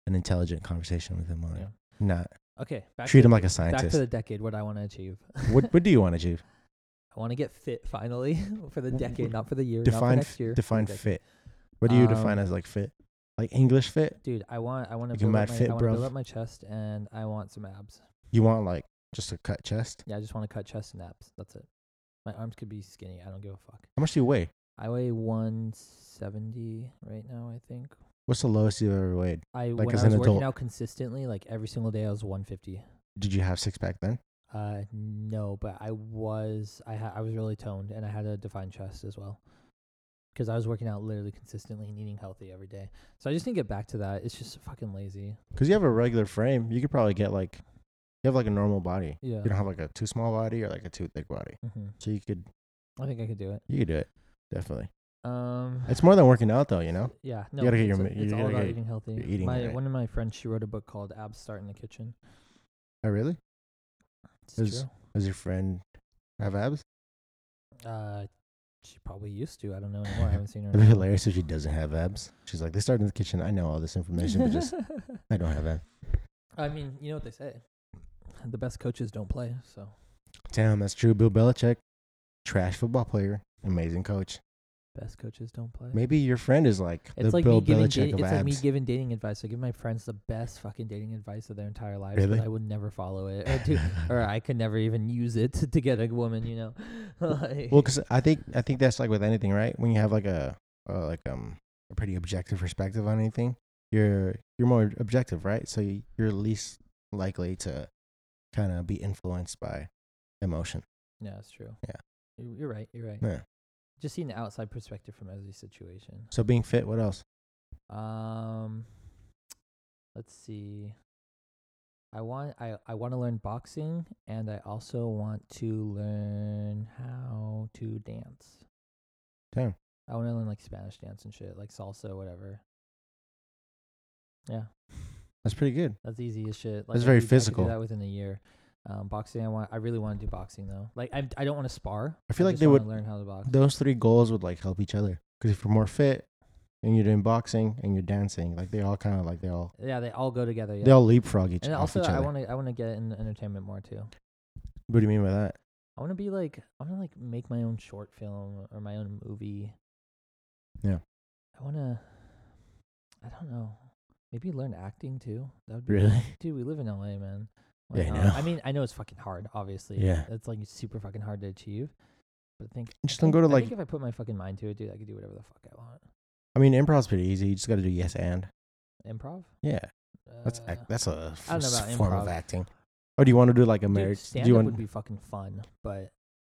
C: an intelligent conversation with him on it.
B: Yeah.
C: Not
B: Okay, back
C: treat
B: to,
C: him like a
B: back to
C: scientist.
B: the decade. What I want to achieve.
C: what what do you want to achieve?
B: I want to get fit finally for the
C: W-
B: decade, not for the year, not for
C: Define
B: next year. for the
C: define
B: decade.
C: fit. What do you
B: Um,
C: define as like fit? Like English fit?
B: Dude, I want I want to
C: Like a
B: build up
C: mad
B: my
C: fit,
B: I want to build
C: bruv.
B: up my chest and I want some abs.
C: You want like just a cut chest?
B: Yeah, I just want to cut chest and abs. That's it. My arms could be skinny. I don't give a fuck.
C: How much do you weigh?
B: I weigh 170 right now, I think.
C: What's the lowest you've ever weighed?
B: I
C: Like,
B: when
C: as
B: I was
C: an adult.
B: working out consistently, like every single day I was 150.
C: Did you have six pack then?
B: Uh no, but I was I ha- I was really toned and I had a defined chest as well. Cuz I was working out literally consistently and eating healthy every day. So I just need to get back to that. It's just fucking lazy.
C: Because you have a regular frame, you could probably get like you have like a normal body.
B: Yeah.
C: You don't have like a too small body or like a too thick body,
B: hmm
C: so you could
B: I think I could do it.
C: you could do it definitely.
B: Um
C: It's more than working out though, you know.
B: Yeah, no,
C: You gotta get your
B: it's,
C: mi-
B: it's
C: you
B: all
C: gotta
B: about
C: get
B: eating healthy.
C: your eating
B: my
C: right.
B: one of my friends, she wrote a book called "Abs Start in the Kitchen."
C: Oh really?
B: It's
C: Does-
B: true.
C: Does your friend have abs?
B: Uh, she probably used to. I don't know anymore. I haven't seen her.
C: It'd be
B: in a
C: hilarious if she doesn't have abs. She's like, they started in the kitchen. I know all this information,
B: while.
C: but just I don't have abs.
B: I mean, you know what they say: the best coaches don't play. So
C: Damn, that's true. Bill Belichick, trash football player, amazing coach.
B: best coaches don't play.
C: Maybe your friend is like
B: It's
C: the
B: like
C: Bill
B: me giving da-
C: Belichick
B: it's
C: of
B: like me
C: abs.
B: giving dating advice. I give my friends the best fucking dating advice of their entire lives,
C: Really?
B: but I would never follow it, or, do, or I could never even use it to, get a woman. You know, Like-
C: well, because I think I think that's like with anything, right? When you have like a uh, like um a pretty objective perspective on anything, you're you're more objective, right? So you- you're least likely to kind of be influenced by emotion.
B: Yeah, it's true.
C: Yeah.
B: You- You're right. You're right.
C: Yeah.
B: Just seeing the outside perspective from every situation.
C: So being fit, what else?
B: Um, let's see. I want I, I want to learn boxing and I also want to learn how to dance.
C: Damn.
B: I want to learn like Spanish dance and shit, like salsa, whatever. Yeah,
C: That's pretty good.
B: that's easy as shit. Like
C: That's
B: I
C: very
B: could- I could
C: physical.
B: do that within a year. Um, boxing. I want. I really want to do boxing though. Like I, I don't want to spar.
C: I feel like
B: just
C: they
B: wanna
C: would-
B: learn how to box.
C: those three goals would like help each other because if you're more fit and you're doing boxing and you're dancing like they all kind of like they all
B: Yeah, they all go together. Yeah.
C: they all leapfrog each,
B: and
C: off
B: also,
C: each
B: I
C: other
B: want to I want to get in entertainment more too.
C: what do you mean by that
B: I want to be like I want to like make my own short film or my own movie.
C: Yeah.
B: I want to. I don't know. Maybe learn acting too. That would be
C: really
B: Dude, we live in LA, man.
C: Yeah, I
B: not?
C: know.
B: I mean, I know it's fucking hard. Obviously.
C: Yeah.
B: It's like super fucking hard to achieve. But I think
C: just don't go to
B: I
C: like
B: think if I put my fucking mind to it, dude, I could do whatever the fuck I want.
C: i mean improv's pretty easy you just got to do yes and
B: Improv.
C: yeah that's
B: uh,
C: act, that's a
B: I don't know
C: f-
B: about
C: form of
B: improv.
C: acting or do you want to do like a
B: Dude,
C: marriage do
B: stand
C: you
B: up
C: want
B: would be fucking fun, but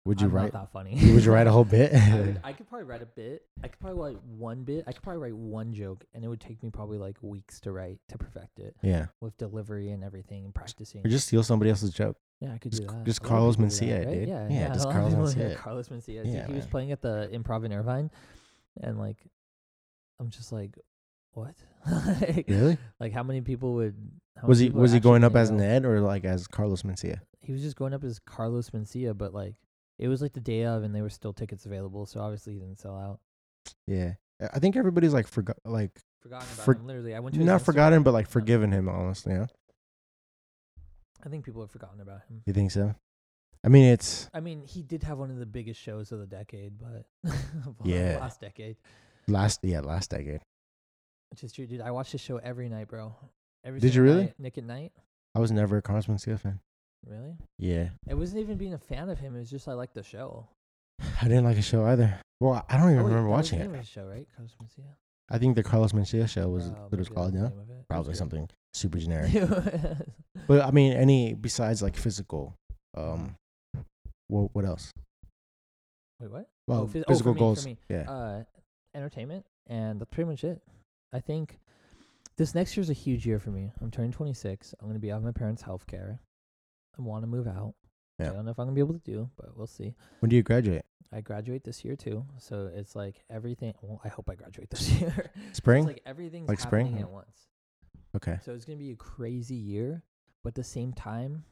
C: would you
B: I'm
C: write
B: not that funny.
C: would you write a whole bit
B: I, would, I could probably write a bit. I could probably write one bit. I could probably write one joke, and it would take me probably like weeks to write to perfect it
C: yeah
B: with delivery and everything and practicing.
C: or just steal somebody else's joke
B: yeah, I could do
C: just-
B: that.
C: just
B: A lot of
C: Carlos
B: people do that,
C: Mencia,
B: right?
C: dude.
B: Yeah,
C: Yeah,
B: yeah,
C: just
B: a lot of
C: Carlos
B: people- yeah,
C: Mencia.
B: Carlos Mencia.
C: Yeah,
B: Dude, he was
C: man.
B: playing at the Improv in Irvine, and like, I'm just like, what? like,
C: really
B: like, how many people would? How
C: was
B: many
C: he
B: people
C: was he
B: actually
C: going up
B: gonna
C: as
B: go?
C: ned or like as carlos mencia
B: he was just going up as Carlos Mencia, but like it was like the day of, and there were still tickets available, so obviously he didn't sell out.
C: yeah I think everybody's like forgot, like
B: Forgotten about
C: For-
B: him. Literally, I went to his
C: not
B: Instagram.
C: forgotten, but like
B: Yeah.
C: forgiven him. Honestly, yeah.
B: I think people have forgotten about him.
C: You think so? I mean, it's
B: I mean, he did have one of the biggest shows of the decade, but of the
C: Yeah.
B: last decade.
C: last, yeah, last decade.
B: Which is true, dude. I watched his show every night, bro. Every
C: Did you
B: single
C: really?
B: night, Nick at Night.
C: I was never a Carson Steele fan.
B: Really?
C: Yeah,
B: It wasn't even being a fan of him. It was just I liked the show.
C: I didn't like the show either. Well, I don't even
B: Oh, wait,
C: remember
B: that was the
C: watching it.
B: name of his show, right? Carlos Mencia?
C: I think the Carlos Mencia show was
B: Oh,
C: what it was
B: maybe that's
C: called,
B: the
C: yeah.
B: name of it. It was
C: Probably
B: good.
C: something super generic.
B: It was-
C: but I mean, any besides like physical, um, what what else?
B: Wait, what?
C: Well,
B: Oh, phys- oh, for
C: physical
B: me, for
C: goals.
B: me.
C: Yeah,
B: Uh, entertainment, and that's pretty much it. I think this next year's a huge year for me. I'm turning 26. I'm gonna be out of my parents' health care. I want to move out.
C: Yeah.
B: I don't know if I'm gonna be able to do, but we'll see.
C: when do you graduate?
B: I graduate this year too, so it's like everything. Well, I hope I graduate this year.
C: Spring.
B: It's like everything's
C: Like spring?
B: happening
C: Yeah.
B: at once.
C: okay.
B: So it's gonna be a crazy year, but at the same time,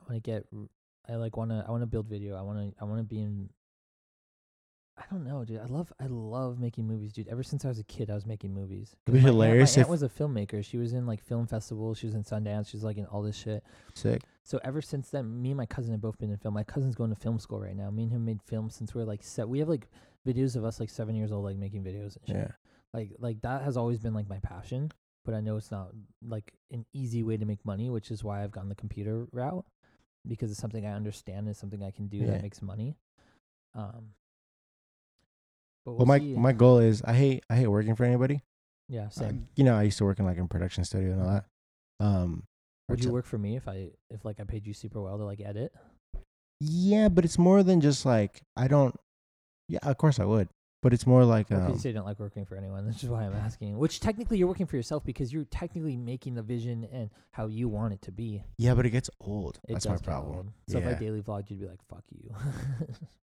B: I want to get. r- I like want to. I want to build video. I want to. I want to be in. I don't know, dude. I love. I love making movies, dude. Ever since I was a kid, I was making movies.
C: It'd be
B: My aunt-
C: hilarious
B: my aunt
C: if-
B: was a filmmaker. She was in like film festivals. She was in Sundance. She was like in all this shit.
C: Sick.
B: So ever since then, me and my cousin have both been in film. My cousin's going to film school right now. Me and him made films since we were like set. We have like videos of us like seven years old, like making videos and shit.
C: Yeah.
B: Like like that has always been like my passion. But I know it's not like an easy way to make money, which is why I've gone the computer route because it's something I understand is something I can do
C: Yeah.
B: that makes money. Um. But
C: Well,
B: we'll
C: my
B: see.
C: my goal is I hate I hate working for anybody.
B: yeah
C: Uh,
B: same.
C: you know, I used to work in like a production studio and all that. Um, or
B: Would you
C: t-
B: work for me if I if like I paid you super well to like edit?
C: Yeah, but it's more than just like I don't. Yeah, of course I would, but it's more like
B: Or could
C: um,
B: you say you don't like working for anyone. That's just why I'm asking. Which technically you're working for yourself because you're technically making the vision and how you want it to be.
C: yeah, but it gets old.
B: It
C: That's
B: does
C: my
B: get
C: problem.
B: old. So if
C: Yeah.
B: I daily vlogged, you'd be like, "Fuck you."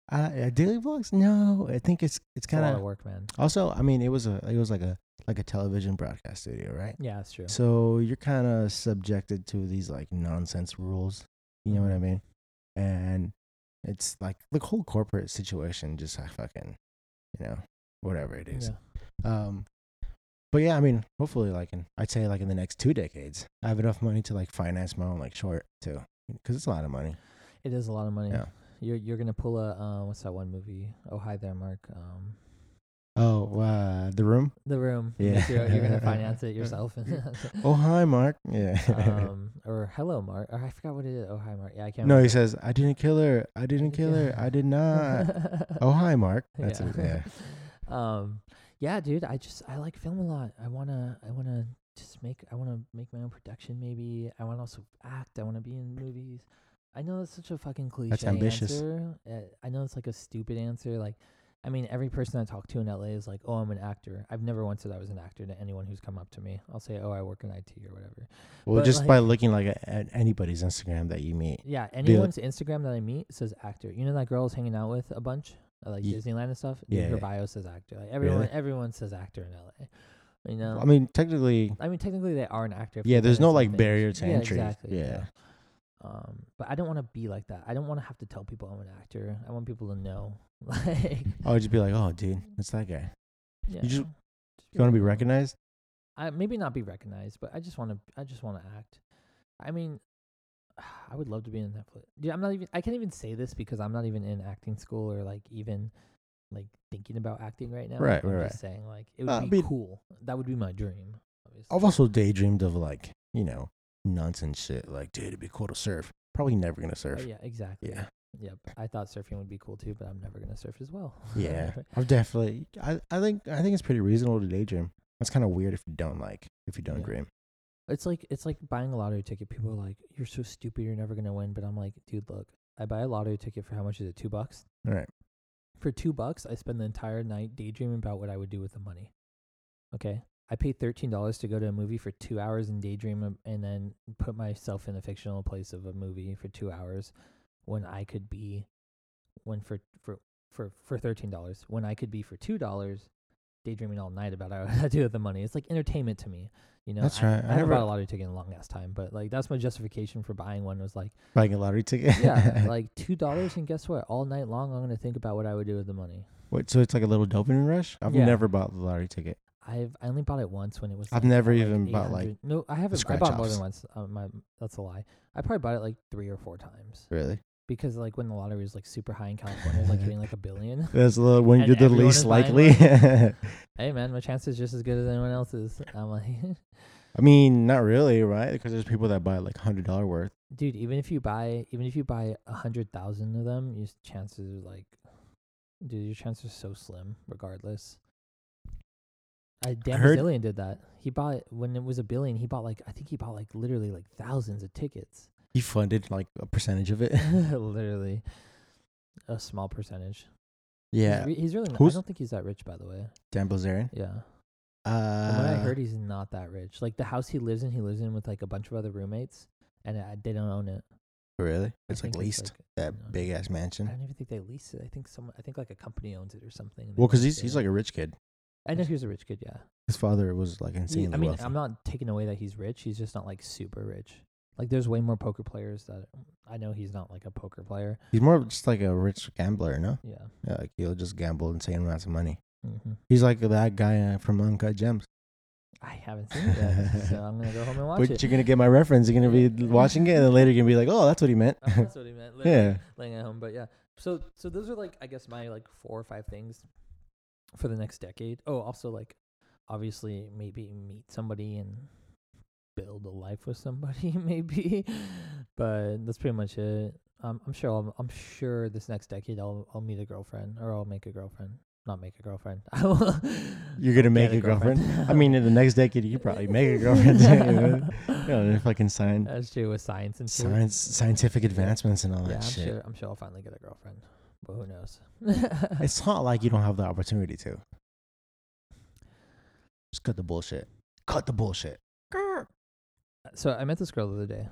C: Uh, yeah, daily vlogs? No, I think it's it's
B: it's a
C: kind
B: lot of
C: of
B: work, man.
C: also. I mean, it was a it was like a like a television broadcast studio, right?
B: Yeah, it's true.
C: So you're kind of subjected to these like nonsense rules. You know what
B: Mm-hmm.
C: I mean? And it's like the whole corporate situation just like fucking, you know, whatever it is.
B: Yeah.
C: Um, but yeah, I mean, hopefully, like in I'd say like in the next two decades, I have enough money to like finance my own like short too, because it's a lot of money.
B: It is a lot of money.
C: Yeah.
B: You're you're gonna pull a uh, what's that one movie? Oh hi there, Mark. Um,
C: Oh, uh, the room.
B: The Room.
C: Yeah.
B: Like, You're, you're gonna finance it yourself.
C: Oh, hi, Mark. Yeah.
B: um, or hello, Mark. Or I forgot what it is. Oh hi, Mark. Yeah, I can't.
C: no, he
B: remember.
C: says I didn't kill her. I didn't kill her. I did not. oh, hi, Mark. That's
B: Yeah.
C: it. Yeah.
B: um yeah dude i just i like film a lot i want to i want to just make i want to make my own production maybe i want to also act i want to be in movies i know that's such a fucking cliche
C: ambitious.
B: answer uh, i know it's like a stupid answer like i mean every person i talk to in la is like oh i'm an actor i've never once said i was an actor to anyone who's come up to me i'll say oh i work in it or whatever
C: Well,
B: But,
C: just
B: like-
C: by looking like at- at anybody's Instagram that you meet.
B: yeah
C: like-
B: anyone's instagram that i meet says actor you know that girl I was hanging out with a bunch at like
C: Ye-
B: disneyland and stuff dude,
C: yeah,
B: her
C: yeah.
B: bio says actor like everyone everyone says actor in la you know
C: I mean, technically,
B: I mean, technically, they are an actor. if
C: yeah.
B: they've
C: There's
B: done
C: no
B: some
C: like
B: things.
C: barrier to
B: Yeah,
C: entry.
B: exactly,
C: yeah.
B: Um, but I don't want to be like that. I don't want to have to tell people I'm an actor. I want people to know. Like,
C: I would just be like, oh, dude, it's that guy.
B: yeah,
C: just-
B: just
C: You want to be
B: like,
C: recognized?
B: I maybe not be recognized, but I just want to. I just want to act. I mean, I would love to be in Netflix. Dude, I'm not even. I can't even say this because I'm not even in acting school or like even like thinking about acting right now.
C: Right,
B: I'm
C: right,
B: just saying like it would
C: Uh, I
B: be
C: mean-
B: cool. That would be my dream. Obviously.
C: I've also daydreamed of like, you know, nonsense shit. Like, dude, it'd be cool to surf. Probably never gonna
B: Oh,
C: surf.
B: yeah, exactly.
C: yeah.
B: Yep. I thought surfing would be cool too, but I'm never gonna surf as well.
C: Yeah. I've definitely. I, I think I think it's pretty reasonable to daydream. That's kind of weird if you don't like if you don't
B: Yeah.
C: dream.
B: it's like it's like buying a lottery ticket. People are like, You're so stupid, you're never gonna win but I'm like, dude, look, I buy a lottery ticket for how much is it? Two bucks?
C: All right.
B: For two bucks I spend the entire night daydreaming about what I would do with the money. Okay? I paid thirteen dollars to go to a movie for two hours and daydream ab- and then put myself in a fictional place of a movie for two hours when I could be when for for for, for thirteen dollars when I could be for two dollars daydreaming all night about what I do with the money. It's like entertainment to me. You know,
C: That's
B: I,
C: right. I
B: I, never bought
C: never-
B: a lottery ticket in a long ass time, but like that's my justification for buying one was like,
C: Buying a lottery ticket.
B: yeah, like two dollars and guess what? All night long I'm gonna think about what I would do with the money.
C: Wait, so it's like a little dopamine rush? I've
B: Yeah.
C: never bought the lottery ticket.
B: I've I only bought it once when it was.
C: I've
B: like,
C: never
B: at,
C: even bought, like,
B: 800 No, I haven't. I
C: scratch
B: bought more
C: offs.
B: than once. Uh, my that's a lie. I probably bought it like three or four times
C: Really?
B: because like when the lottery was like super high in California, it was like getting like a billion.
C: That's the when
B: And
C: you're the
B: everyone
C: least
B: is buying
C: likely.
B: hey man, my chance is just as good as anyone else's. I'm like,
C: I mean, not really, right? Because there's people that buy like hundred dollar worth.
B: dude, even if you buy even if you buy a hundred thousand of them, your s- chances are like, dude, your chances are so slim regardless. I damn
C: heard-
B: Zillion did that. He bought when it was a billion. He bought like I think he bought like literally like thousands of tickets.
C: He funded like a percentage of it.
B: literally a small percentage.
C: yeah,
B: he's, re- he's really. Not, I
C: Who's-
B: don't think he's that rich, by the way.
C: Dan Bilzerian.
B: Yeah,
C: Uh,
B: From what I heard, he's not that rich. Like the house he lives in, he lives in with like a bunch of other roommates, and uh, they don't own it.
C: really,
B: I
C: it's like
B: think
C: leased that
B: no.
C: big ass
B: I
C: mansion.
B: don't even think they lease it. I think someone. I think like a company owns it or something. and they
C: Well, because
B: lease it
C: he's he's
B: out.
C: like a rich kid.
B: I know he's a rich kid. Yeah.
C: His father was like
B: He-
C: insanely
B: I mean,
C: wealthy.
B: I'm not taking away that he's rich. He's just not like super rich. Like there's way more poker players that um, I know he's not like a poker player.
C: he's more of just like a rich gambler, no?
B: Yeah.
C: Yeah, like he'll just gamble insane amounts of money.
B: hmm
C: He's like that guy uh, from Uncut Gems.
B: I haven't seen it yet, so I'm gonna go home and watch
C: but
B: it.
C: you're gonna get my reference. You're gonna be
B: Yeah.
C: watching it, and then later you're gonna be like, "Oh, that's what he meant."
B: Oh, that's what he meant. Laying,
C: yeah,
B: laying at home, but yeah. So so those are like I guess my like four or five things for the next decade. Oh, also like obviously maybe meet somebody and build a life with somebody maybe, but that's pretty much it. Um, I'm sure I'll, I'm sure this next decade I'll I'll meet a girlfriend or I'll make a girlfriend. Not make a girlfririend. I will
C: you're gonna
B: I'll
C: make
B: get
C: a girlfriend. I mean, in the next decade, you could probably make a girlfriend. too, man. you know, if I can sign
B: that's true with science and shit.
C: science, scientific advancements and all
B: Yeah,
C: that
B: I'm
C: shit,
B: sure. I'm sure I'll finally get a girlfriend, but who knows?
C: it's not like you don't have the opportunity to. Just cut the bullshit. Cut the bullshit.
B: So I met this girl the other day.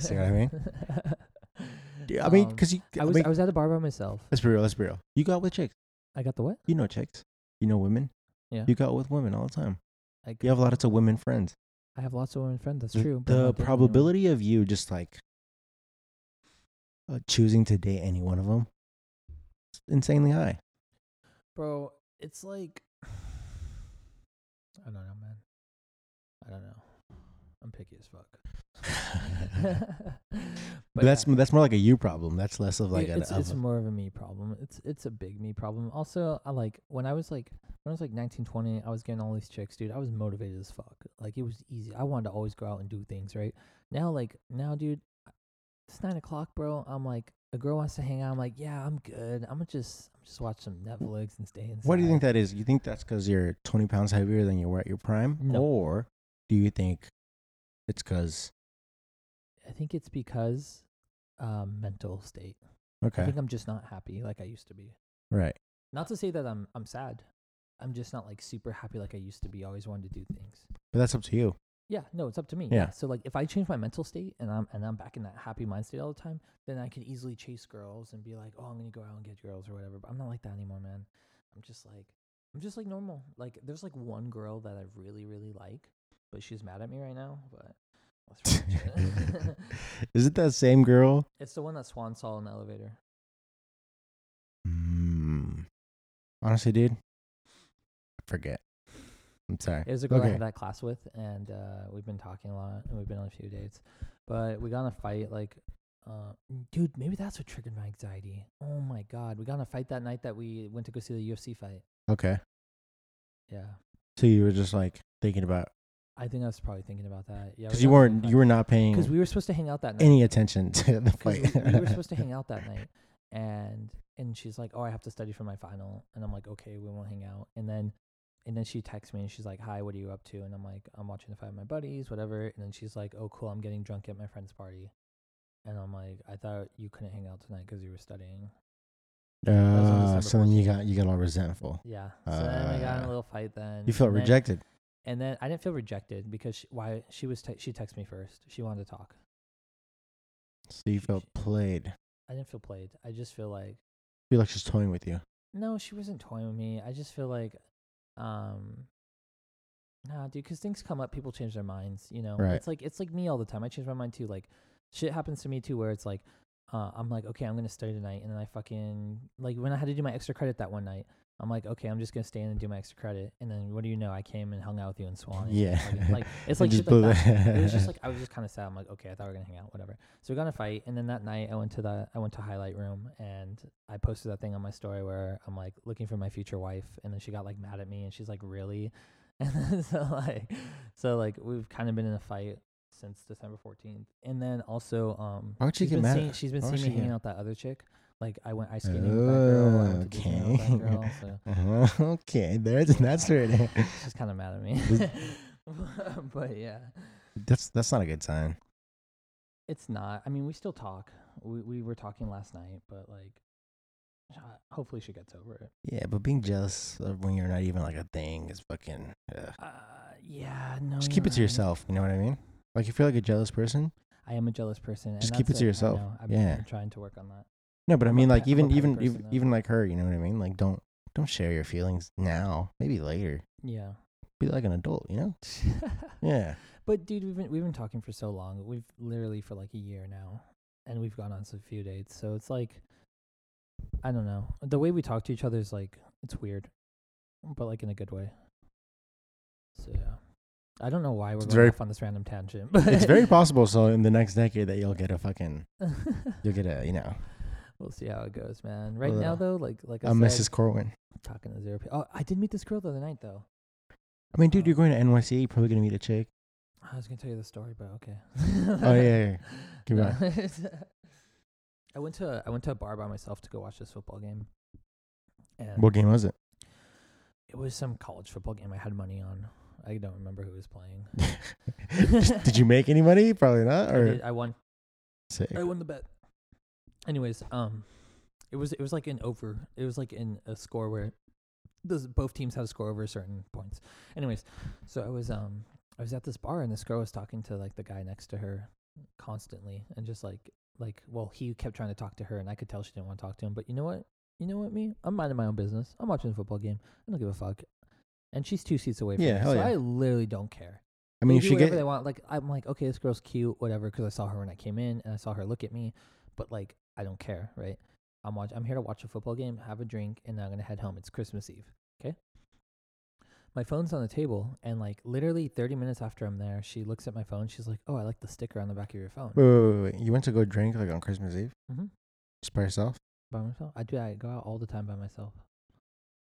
C: See what I mean? Yeah, I mean,
B: Um,
C: because you.
B: I was I was at a bar by myself.
C: let's be real. Let's be real. You got with chicks.
B: I got the what?
C: You know chicks. You know women.
B: Yeah.
C: You got with women all the time.
B: I,
C: You have a lot of to women friends.
B: I have lots of women friends. That's
C: The-
B: true. but I'm
C: The
B: not dating anyone.
C: probability of you just like uh, choosing to date any one of them is insanely high.
B: bro, it's like I don't know, man. I don't know. I'm picky as fuck. but
C: But that's
B: yeah.
C: that's more like a you problem. That's less of like
B: It-
C: an
B: it's,
C: of
B: it's
C: a-
B: more of a me problem. It's it's a big me problem. Also, I like when I was like when I was like 19, 20, I was getting all these chicks, dude. I was motivated as fuck. Like it was easy. I wanted to always go out and do things, right? Now, like now, dude, it's nine o'clock, bro. I'm like a girl wants to hang out. I'm like, yeah, I'm good. I'm gonna just I'm just watch some Netflix and stay inside.
C: What do you think that is? You think that's because you're 20 pounds heavier than you were at your prime,
B: No.
C: or do you think it's because
B: I think it's because um, mental state. I
C: okay,
B: think I'm just not happy like I used to be.
C: right?
B: Not to say that I'm I'm sad. I'm just not like super happy like I used to be. I always wanted to do things.
C: But that's up to you.
B: Yeah, no, it's up to me.
C: Yeah.
B: So like if I change my mental state and I'm and I'm back in that happy mind state all the time, then I could easily chase girls and be like, "Oh, I'm going to go out and get girls or whatever." But I'm not like that anymore, man. I'm just like I'm just like normal. Like there's like one girl that I really really like, but she's mad at me right now, but that's pretty much it.
C: Is it that same girl?
B: It's the one that Swan saw in the elevator.
C: Mm. Honestly, dude, I forget. I'm sorry.
B: It was a girl I
C: Okay.
B: had that class with, and uh, we've been talking a lot, and we've been on a few dates. But we got in a fight, like, uh, dude, maybe that's what triggered my anxiety. Oh my god, we got in a fight that night that we went to go see the UFC fight.
C: Okay,
B: Yeah,
C: so you were just like thinking about
B: I think I was probably thinking about that. Yeah,
C: because you weren't you were not
B: because
C: paying
B: we were supposed to hang out that night.
C: any attention to the
B: 'Cause
C: fight.
B: we, we were supposed to hang out that night, and and she's like, "Oh, I have to study for my final," and I'm like, "Okay, we won't hang out." And then and then she texts me and she's like, "Hi, what are you up to?" And I'm like, "I'm watching the fight with my buddies, whatever." And then she's like, "Oh, cool, I'm getting drunk at my friend's party," and I'm like, "I thought you couldn't hang out tonight 'cause you were studying." was on
C: Uh,
B: December
C: so then you got you got all resentful.
B: Yeah, so then we got in
C: Uh,
B: a little fight. Then
C: You felt
B: and then-
C: rejected.
B: and then I didn't feel rejected because she, why she was te- she texted me first. She wanted to talk.
C: So you felt played.
B: I didn't feel played. I just feel like
C: feel like she's toying with you.
B: No, she wasn't toying with me. I just feel like, um, nah, dude, 'cause things come up, people change their minds. You know,
C: Right.
B: it's like it's like me all the time. I change my mind too. Like, shit happens to me too, where it's like, uh, I'm like, okay, I'm gonna study tonight, and then I fucking like when I had to do my extra credit that one night, I'm like, okay, I'm just gonna stay in and do my extra credit, and then what do you know? I came and hung out with you in Swan.
C: Yeah.
B: like it's
C: And
B: like,
C: just
B: shit like
C: blew
B: that.
C: it.
B: it was just like I was just kind of sad. I'm like, okay, I thought we were gonna hang out, whatever. So we got in a fight, and then that night I went to the I went to highlight room, and I posted that thing on my story where I'm like looking for my future wife, and then she got like mad at me, and she's like, really? And then so like, so like we've kind of been in a fight since December 14th, and then also um,
C: Why would she
B: she's
C: get
B: been
C: mad
B: seeing-
C: at-
B: she's been
C: why would
B: seeing
C: she
B: me hanging
C: get-
B: out with that other chick. Like I went ice skating with that girl, I went to Disney with that girl,
C: Okay.
B: so
C: Uh-huh. Okay, there's that's right.
B: she's kind of mad at me. but yeah,
C: That's that's not a good sign.
B: it's not. I mean, we still talk. We we were talking last night, but like, sh- hopefully she gets over it.
C: Yeah, but being jealous of when you're not even like a thing is fucking. ugh.
B: Uh, Oh, yeah, no.
C: Just keep
B: you're
C: it to
B: right.
C: yourself. You know what I mean? Like if you're like a jealous person,
B: I am a jealous person. and
C: Just keep
B: that's
C: it to
B: I
C: yourself.
B: know. I'm,
C: Yeah.
B: I'm trying to work on that.
C: No, but I
B: I'm a
C: mean,
B: pa-
C: like
B: I'm a
C: even
B: petty
C: even
B: person,
C: ev-
B: though.
C: even like her, you know what I mean? Like don't don't share your feelings now. Maybe later.
B: Yeah.
C: Be like an adult, you know? Yeah.
B: but dude, we've been we've been talking for so long. We've literally for like a year now, and we've gone on some few dates. So it's like, I don't know. The way we talk to each other is like it's weird, but like in a good way. So yeah, I don't know why we're
C: It's
B: going
C: very-
B: off on this random tangent, but
C: It's very possible. So in the next decade, that you'll get a fucking you'll get a you know
B: we'll see how it goes, man. Right
C: Well,
B: now
C: uh,
B: though, like like I
C: a
B: said,
C: Mrs. Corwin.
B: talking to zero. pe- Oh, I did meet this girl the other night though.
C: I mean, dude, you're going to NYC. You're probably gonna meet a chick.
B: I was gonna tell you the story, but okay.
C: Oh yeah, yeah, yeah. Keep
B: No.
C: going.
B: I went to a, I went to a bar by myself to go watch this football game, and
C: What game was it?
B: it was some college football game. I had money on. I don't remember who was playing.
C: Did you make any money? Probably not.
B: I,
C: Or
B: did- I won.
C: sick.
B: I won the bet. Anyways, um, it was it was like an over. It was like in a score where those both teams had a score over certain points. Anyways, so I was um I was at this bar and this girl was talking to like the guy next to her constantly and just like like well he kept trying to talk to her and I could tell she didn't want to talk to him. But you know what? You know what? Me, I'm minding my own business. I'm watching a football game. I don't give a fuck. And she's two seats away from
C: Yeah,
B: me,
C: hell
B: so
C: yeah.
B: I literally don't care.
C: I mean,
B: They
C: if
B: do
C: she
B: whatever
C: get
B: they want. Like I'm like, okay, this girl's cute, whatever, because I saw her when I came in and I saw her look at me, but like I don't care, right? I'm watch. I'm here to watch a football game, have a drink, and then I'm gonna head home. It's Christmas Eve, okay? My phone's on the table, and like literally 30 minutes after I'm there, she looks at my phone. She's like, "Oh, I like the sticker on the back of your phone."
C: wait, wait, wait, wait. You went to go drink like on Christmas Eve
B: Mhm.
C: just by yourself.
B: By myself, I do. I go out all the time by myself.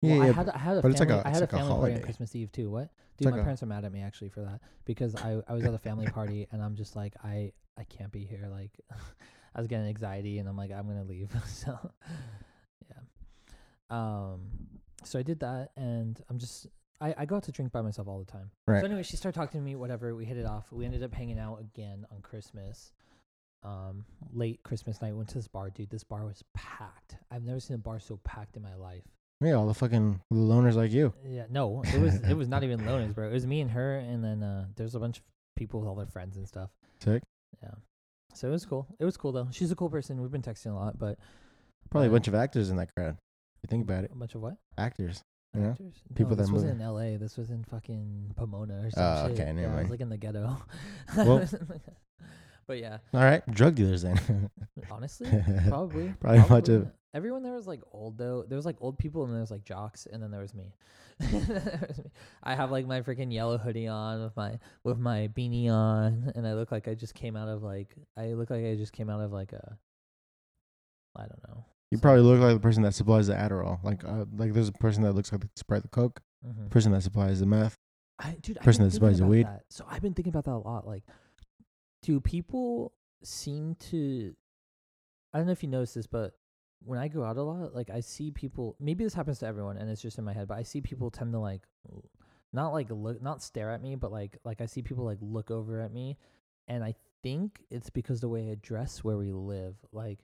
C: Yeah,
B: well,
C: yeah.
B: I had, I had a
C: but
B: family,
C: it's like a-
B: I
C: it's
B: had
C: like
B: a
C: a
B: family party on
C: holiday.
B: Christmas Eve too. What?
C: It's
B: Dude,
C: like
B: my
C: a-
B: parents are mad at me actually for that because I, I was at a family party and I'm just like I I can't be here. Like I was getting anxiety and I'm like I'm gonna leave. so yeah, um, so I did that and I'm just I I go out to drink by myself all the time.
C: Right.
B: So anyway, she started talking to me. Whatever, we hit it off. We ended up hanging out again on Christmas. Um, late Christmas night, went to this bar, dude. This bar was packed. I've never seen a bar so packed in my life.
C: yeah, all the fucking loners like you.
B: Yeah, no, it was it was not even loners, bro. It was me and her, and then uh, there's a bunch of people with all their friends and stuff.
C: Sick.
B: Yeah, so it was cool. It was cool though. She's a cool person. We've been texting a lot, but
C: Probably a
B: Uh,
C: bunch of actors in that crowd. If you think about it,
B: a bunch of what
C: actors. You know?
B: actors? No,
C: people that
B: this was
C: move.
B: in L.A. This was in fucking Pomona or some
C: Oh,
B: shit.
C: okay, never
B: yeah, I was
C: mind.
B: like in the ghetto.
C: Well-
B: but yeah,
C: All right, drug dealers then.
B: honestly,
C: probably
B: probably
C: a bunch of
B: everyone there was like old though. There was like old people and there was like jocks and then there was me. There was me. I have like my freaking yellow hoodie on with my with my beanie on and I look like I just came out of like I look like I just came out of like a I don't know.
C: You probably look like the person that supplies the Adderall. Like, uh, like there's a person that looks like they supply the coke.
B: Mhm.
C: Person that supplies the meth.
B: I, dude, I've
C: person
B: been
C: that
B: thinking
C: buys the
B: about
C: weed.
B: That. So I've been thinking about that a lot. Like, do people seem to? I don't know if you notice this, but when I go out a lot, like I see people. Maybe this happens to everyone, and it's just in my head. But I see people tend to like, l- not like look, not stare at me, but like like I see people like look over at me, and I think it's because the way I dress, where we live. Like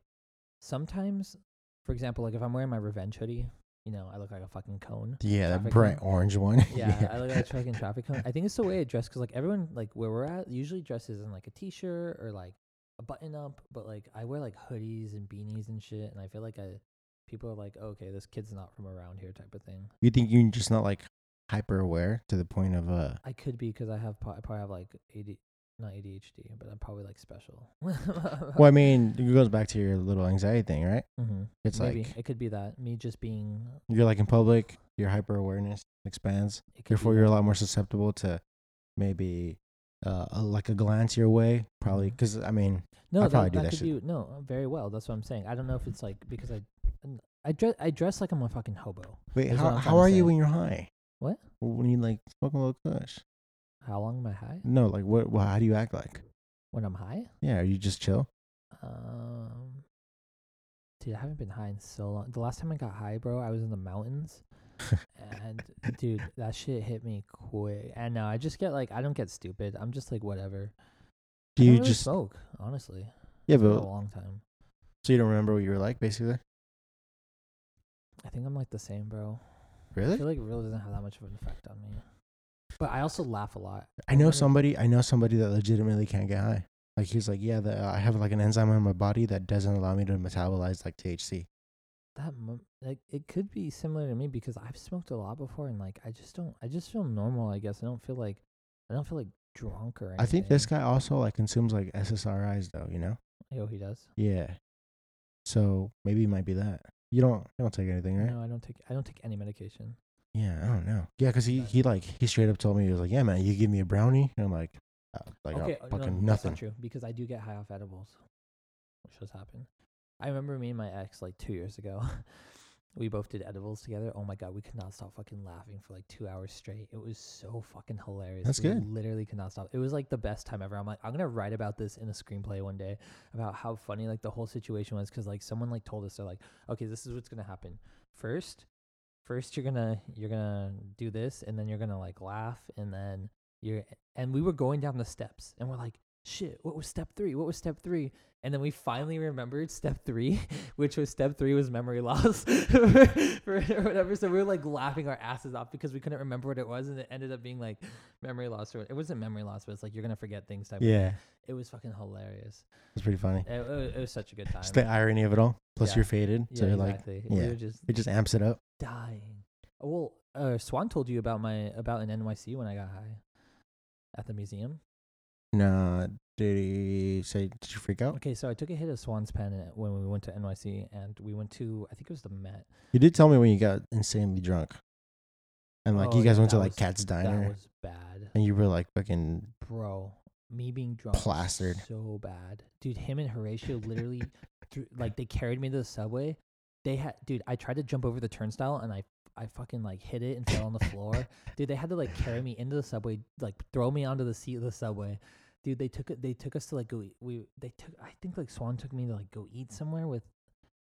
B: sometimes, for example, like if I'm wearing my revenge hoodie, you know, I look like a fucking cone.
C: Yeah, that
B: Traffic
C: bright
B: cone.
C: orange one.
B: Yeah, I look like a fucking traffic cone. I think it's the way I dress because like everyone like where we're at usually dresses in like a t-shirt or like a button up, but like I wear like hoodies and beanies and shit, and I feel like I people are like, okay, this kid's not from around here type of thing.
C: You think you're just not like hyper aware to the point of uh?
B: I could be because I have po- I probably have like AD, not ADHD, but I'm probably like special.
C: Well, I mean, it goes back to your little anxiety thing, right?
B: hmm
C: It's
B: Maybe
C: like
B: it could be that me just being.
C: you're like in public, your hyper awareness expands.
B: It could
C: Therefore,
B: be
C: you're a
B: that.
C: lot more susceptible to maybe uh, a, like a glance your way, probably.
B: Mhm.
C: Because I mean,
B: No,
C: I'd probably
B: that,
C: do that
B: could
C: shit.
B: be no very well. That's what I'm saying. I don't know if it's like because I, I dress I dress like I'm a fucking hobo.
C: wait,
B: That's what
C: how,
B: I'm trying
C: how
B: to
C: are
B: say.
C: you when you're high?
B: What?
C: When you like smoking a little kush?
B: How long am I high?
C: No, like what? Well, how do you act like?
B: When I'm high?
C: Yeah, are you just chill?
B: Um, dude, I haven't been high in so long. The last time I got high, bro, I was in the mountains, and dude, that shit hit me quick. And now I just get like I don't get stupid. I'm just like whatever.
C: Do
B: I don't
C: you
B: really
C: just
B: smoke? Honestly,
C: yeah?
B: for a
C: But
B: long time.
C: so you don't remember what you were like, basically.
B: I think I'm like the same, bro. I
C: Really?
B: feel like it really doesn't have that much of an effect on me. But I also laugh a lot.
C: I know
B: wonder-
C: somebody. I know somebody that legitimately can't get high. Like he's like, yeah, the, I have like an enzyme in my body that doesn't allow me to metabolize like THC.
B: that mo- like it could be similar to me because I've smoked a lot before and like I just don't I just feel normal I guess I don't feel like I don't feel like drunk or anything.
C: I think this guy also like consumes like SSRIs though. You know?
B: oh he does
C: Yeah. So maybe it might be that. You don't. You don't take anything, right?
B: no I don't take I don't take any medication
C: Yeah, I don't know. Yeah, because he he like he straight up told me he was like, yeah, man, you give me a brownie, and I'm like, uh, like
B: okay
C: uh,
B: uh, no,
C: fucking
B: that's not
C: nothing.
B: true because I do get high off edibles which does happen I remember me and my ex like two years ago we both did edibles together oh my god we could not stop fucking laughing for like two hours straight it was so fucking hilarious
C: That's
B: we
C: good.
B: literally could not stop it was like the best time ever I'm like I'm gonna write about this in a screenplay one day about how funny like the whole situation was because like someone like told us they're like okay this is what's gonna happen first first you're gonna you're gonna do this and then you're gonna like laugh and then you're and we were going down the steps and we're like shit what was step three what was step three and then we finally remembered step three which was step three was memory loss for, for whatever so we were like laughing our asses off because we couldn't remember what it was and it ended up being like memory loss or it wasn't memory loss but it's like you're gonna forget things type of-
C: Yeah,
B: it was fucking hilarious
C: it's pretty funny.
B: it, it- it was such a good time
C: It's the irony of it all. Plus,
B: Yeah.
C: you're faded, so
B: yeah,
C: you're like,
B: exactly. we
C: yeah.
B: were just
C: it just amps it up.
B: dying. Oh, Well, uh, Swan told you about my about in NYC when I got high at the museum.
C: Nah, did he say? Did you freak out?
B: Okay, so I took a hit of Swan's pen in- when we went to NYC, and we went to I think it was the Met.
C: You did tell me when you got insanely drunk, and like
B: Oh,
C: you guys
B: yeah,
C: went to
B: that
C: like
B: was-
C: Cat's
B: That
C: Diner,
B: was bad,
C: and you were like fucking
B: bro. Me being drunk, was
C: Plastered.
B: so bad, dude. Him and Horatio literally, threw, like, they carried me to the subway. They had, dude. I tried to jump over the turnstile, and I, I fucking like hit it and fell on the floor. dude they had to like carry me into the subway like throw me onto the seat of the subway dude they took they took us to like go eat we they took i think like swan took me to like go eat somewhere with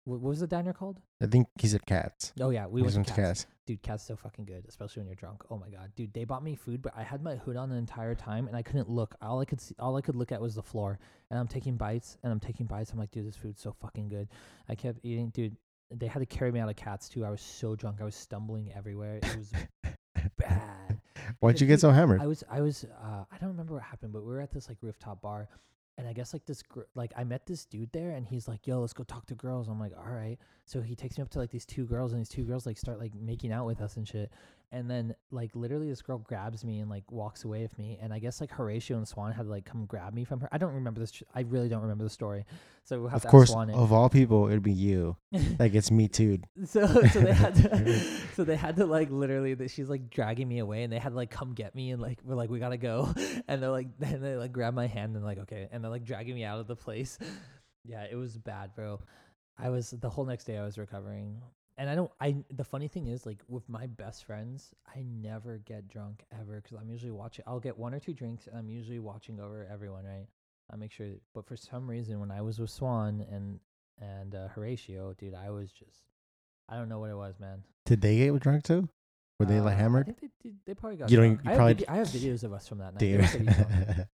B: wh- what was the diner called
C: I think he said cats.
B: oh yeah we
C: He
B: went
C: went
B: to cats. dude cat's so fucking good especially when you're drunk oh my god dude they bought me food but i had my hood on the entire time and i couldn't look all i could see all i could look at was the floor and i'm taking bites and i'm taking bites i'm like dude this food's so fucking good i kept eating dude they had to carry me out of cats too i was so drunk i was stumbling everywhere it was bad
C: Why'd you get
B: Dude,
C: so hammered?
B: I was I was uh, I don't remember what happened, but we were at this like rooftop bar, and I guess like this gr- like I met this dude there, and he's like, "Yo, let's go talk to girls." I'm like, "All right." So he takes me up to like these two girls, and these two girls like start like making out with us and shit, and then like literally this girl grabs me and like walks away with me, and I guess like Horatio and Swan had to like come grab me from her. I don't remember this. I really don't remember the story, so we'll have
C: of
B: to
C: course,
B: ask Swan. it.
C: of all people, it'd be you. Like it's me too.
B: So, so they had to, so they had to like literally that she's like dragging me away and they had to like come get me and like we're like we gotta go and they're like and they like grab my hand and like okay and they're like dragging me out of the place. Yeah, it was bad, bro. I was the whole next day I was recovering. And I don't I the funny thing is like with my best friends, I never get drunk ever cuz I'm usually watching I'll get one or two drinks and I'm usually watching over everyone, right? I make sure but for some reason when I was with Swan and and uh, Horatio, dude, I was just I don't know what it was, man.
C: Did they get drunk too? Were they like
B: Uh,
C: hammered?
B: I think they, did, they probably got.
C: You don't-
B: drunk.
C: you
B: I have
C: probably
B: vide- I have videos of us from that night. It
C: Dude.
B: was pretty fun,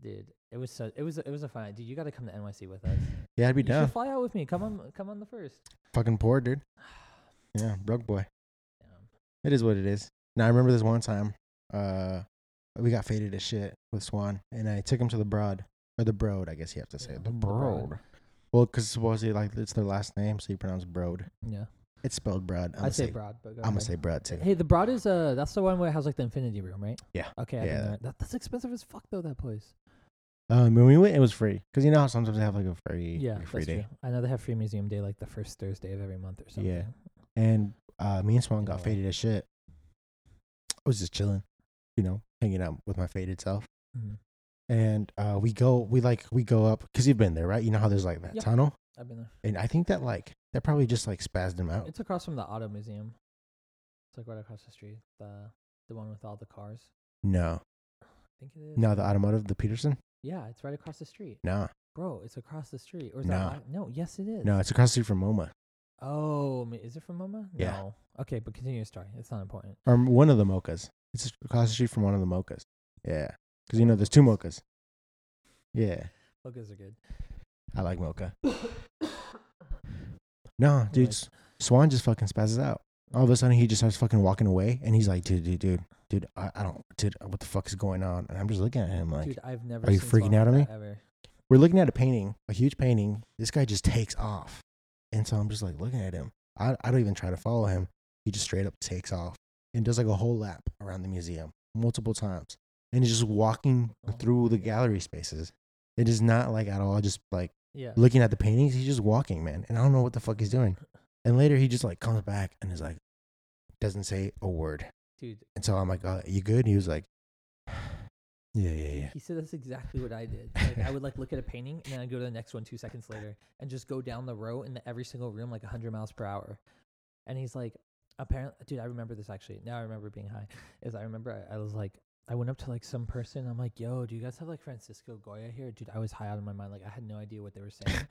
B: dude, it was so it was it was a fun night. Dude, you got to come to NYC with us.
C: yeah, I'd be
B: You
C: down.
B: should fly out with me. Come on, come on the first.
C: Fucking poor, dude. Yeah, broke boy.
B: Damn.
C: It is what it is. Now I remember this one time, uh, we got faded as shit with Swan, and I took him to the Broad or the Broad, I guess you have to say
B: Yeah,
C: the
B: the Broad.
C: Broad. Well, because supposedly like it's their last name, so you pronounce Broad.
B: Yeah,
C: It's spelled Broad. I'm
B: I
C: gonna
B: say broad, but go
C: I'm gonna
B: ahead.
C: say Broad too.
B: Hey, the broad is uh that's the one where it has like the infinity room, right?
C: Yeah.
B: Okay. I
C: Yeah,
B: yeah.
C: that-
B: That. that's expensive as fuck though. That place.
C: Um, when we went, it was free because you know how sometimes they have like a free,
B: Yeah,
C: like, free
B: that's
C: day.
B: true. I know they have free museum day like the first Thursday of every month or something.
C: Yeah. And uh, me and Swan got
B: Yeah.
C: faded as shit. I was just chilling, you know, hanging out with my faded self.
B: Mhm.
C: And uh, we go, we like, we go up because you've been there, right? You know how there's like that
B: Yep.
C: tunnel,
B: I've been there.
C: and I think that like that probably just like spazzed him out.
B: It's across from the auto museum. It's like right across the street. The the one with all the cars.
C: No,
B: I think it is.
C: no, the automotive, the Peterson.
B: Yeah, it's right across the street.
C: No,
B: Bro, it's across the street. Or is
C: No.
B: that li- no, yes it is.
C: no, it's across the street from MoMA
B: Oh, ma- is it from MoMA?
C: Yeah.
B: No. Okay, but continue your story. It's not important.
C: or one of the mochas. It's across the street from one of the mochas. Yeah, because you know there's two mochas. Yeah,
B: Mochas are good.
C: I like mocha. No, dude,
B: Like-
C: S- Swan just fucking spazzes out. All of a sudden, he just starts fucking walking away, and he's like, "Dude, dude, dude, dude, I, I don't, dude, what the fuck is going on?" And I'm just looking at him like,
B: Dude, I've never
C: are you
B: seen
C: freaking
B: Swan
C: out
B: like
C: at me?
B: that Ever.
C: we're looking at a painting, a huge painting. This guy just takes off, and so I'm just like looking at him. I, I don't even try to follow him. He just straight up takes off and does like a whole lap around the museum multiple times, and he's just walking
B: Oh.
C: through the gallery spaces. It is not like at all, just like
B: Yeah.
C: looking at the paintings. He's just walking, man, and I don't know what the fuck he's doing. And later he just like comes back and is like, doesn't say a word.
B: Dude,
C: And so I'm like, uh, "You good?" And he was like, "Yeah, yeah, yeah."
B: he said that's exactly what I did. Like I would like look at a painting and then I'd go to the next one two seconds later and just go down the row in the, every single room like hundred miles per hour. And he's like, apparently, dude, I remember this actually. Now I remember being high. Is I remember I, I was like, I went up to like some person. I'm like, yo, do you guys have like Francisco Goya here? Dude, I was high out of my mind. Like I had no idea what they were saying.